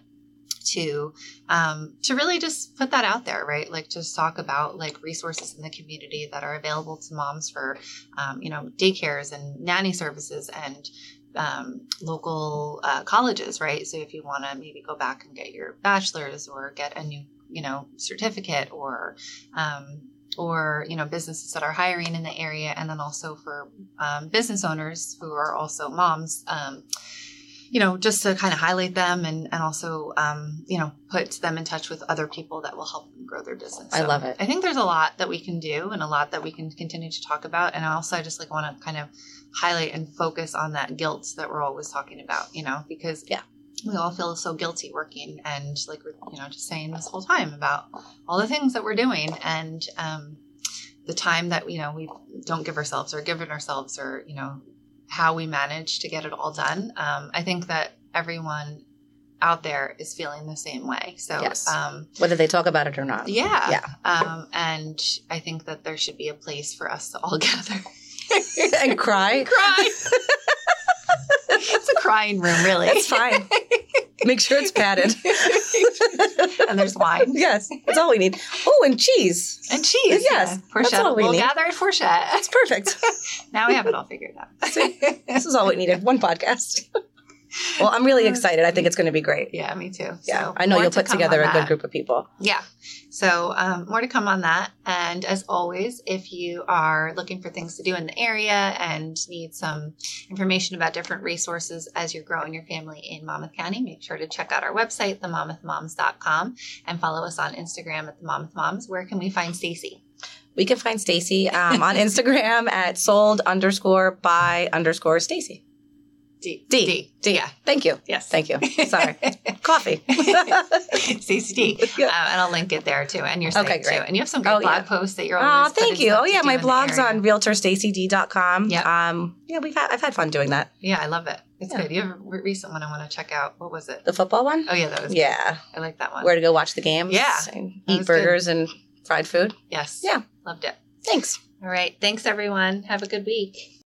A: to um, to really just put that out there, right? Like just talk about like resources in the community that are available to moms for um, you know daycares and nanny services and um, local uh, colleges, right? So if you want to maybe go back and get your bachelor's or get a new you know certificate or um, or you know businesses that are hiring in the area, and then also for um, business owners who are also moms. Um, you know, just to kind of highlight them and, and also, um, you know, put them in touch with other people that will help them grow their business.
B: I love it.
A: I think there's a lot that we can do and a lot that we can continue to talk about. And also, I just like want to kind of highlight and focus on that guilt that we're always talking about, you know, because
B: Yeah.
A: we all feel so guilty working and like, we're, you know, just saying this whole time about all the things that we're doing and, um, the time that, you know, we don't give ourselves or given ourselves or, you know, how we manage to get it all done. Um, I think that everyone out there is feeling the same way. So,
B: Yes.
A: um,
B: Whether they talk about it or not.
A: yeah.
B: Yeah.
A: Um, and I think that there should be a place for us to all [laughs] gather.
B: [laughs] and [laughs] cry.
A: Cry. it's a crying room, really. [laughs]
B: It's fine. Make sure it's padded.
A: and there's wine
B: [laughs] yes, that's all we need. Oh, and cheese.
A: and cheese.
B: Yes,
A: Porchetta.
B: that's all we
A: we'll
B: need.
A: gather at Porchette. [laughs]
B: That's perfect.
A: Now we have it all figured out.
B: This is all we needed.
A: [laughs]
B: One podcast. Well, I'm really excited. I think it's going to be great.
A: yeah, me too.
B: Yeah,
A: So,
B: I know
A: more
B: you'll
A: to
B: put
A: come
B: together
A: on
B: a good
A: that.
B: group of people.
A: Yeah. So, um, more to come on that. And as always, if you are looking for things to do in the area and need some information about different resources as you're growing your family in Monmouth County, make sure to check out our website, themomouthmoms.com, and follow us on Instagram at the Monmouth Moms. Where can we find Stacy?
B: We can find [laughs] Stacy um, on Instagram at sold underscore by underscore Stacy.
A: D.
B: D.
A: D.
B: D.
A: Yeah.
B: Thank you.
A: Yes. [laughs]
B: Thank you. [laughs] Sorry. Coffee.
A: Uh, CCD. Uh, and I'll link it there too, and your site
B: Okay, great.
A: too. And you have some good
B: Oh,
A: blog
B: yeah.
A: posts that you're
B: Oh,
A: always.
B: thank
A: putting
B: you.
A: stuff
B: Oh,
A: to
B: yeah,
A: do
B: my
A: in the
B: blog's
A: area.
B: on realtorstacyd.com.
A: Yep.
B: Um, yeah, we've had, I've had fun doing that.
A: Yeah, I love it. It's
B: Yeah.
A: good. You have a re- recent one I want to check out. What was it?
B: The football one?
A: Oh yeah, that was.
B: yeah.
A: I like that one.
B: Where to go watch the games?
A: Yeah.
B: and
A: That
B: eat
A: was good.
B: burgers and fried food.
A: yes.
B: Yeah.
A: Loved it.
B: Thanks.
A: All right. Thanks everyone. Have a good week.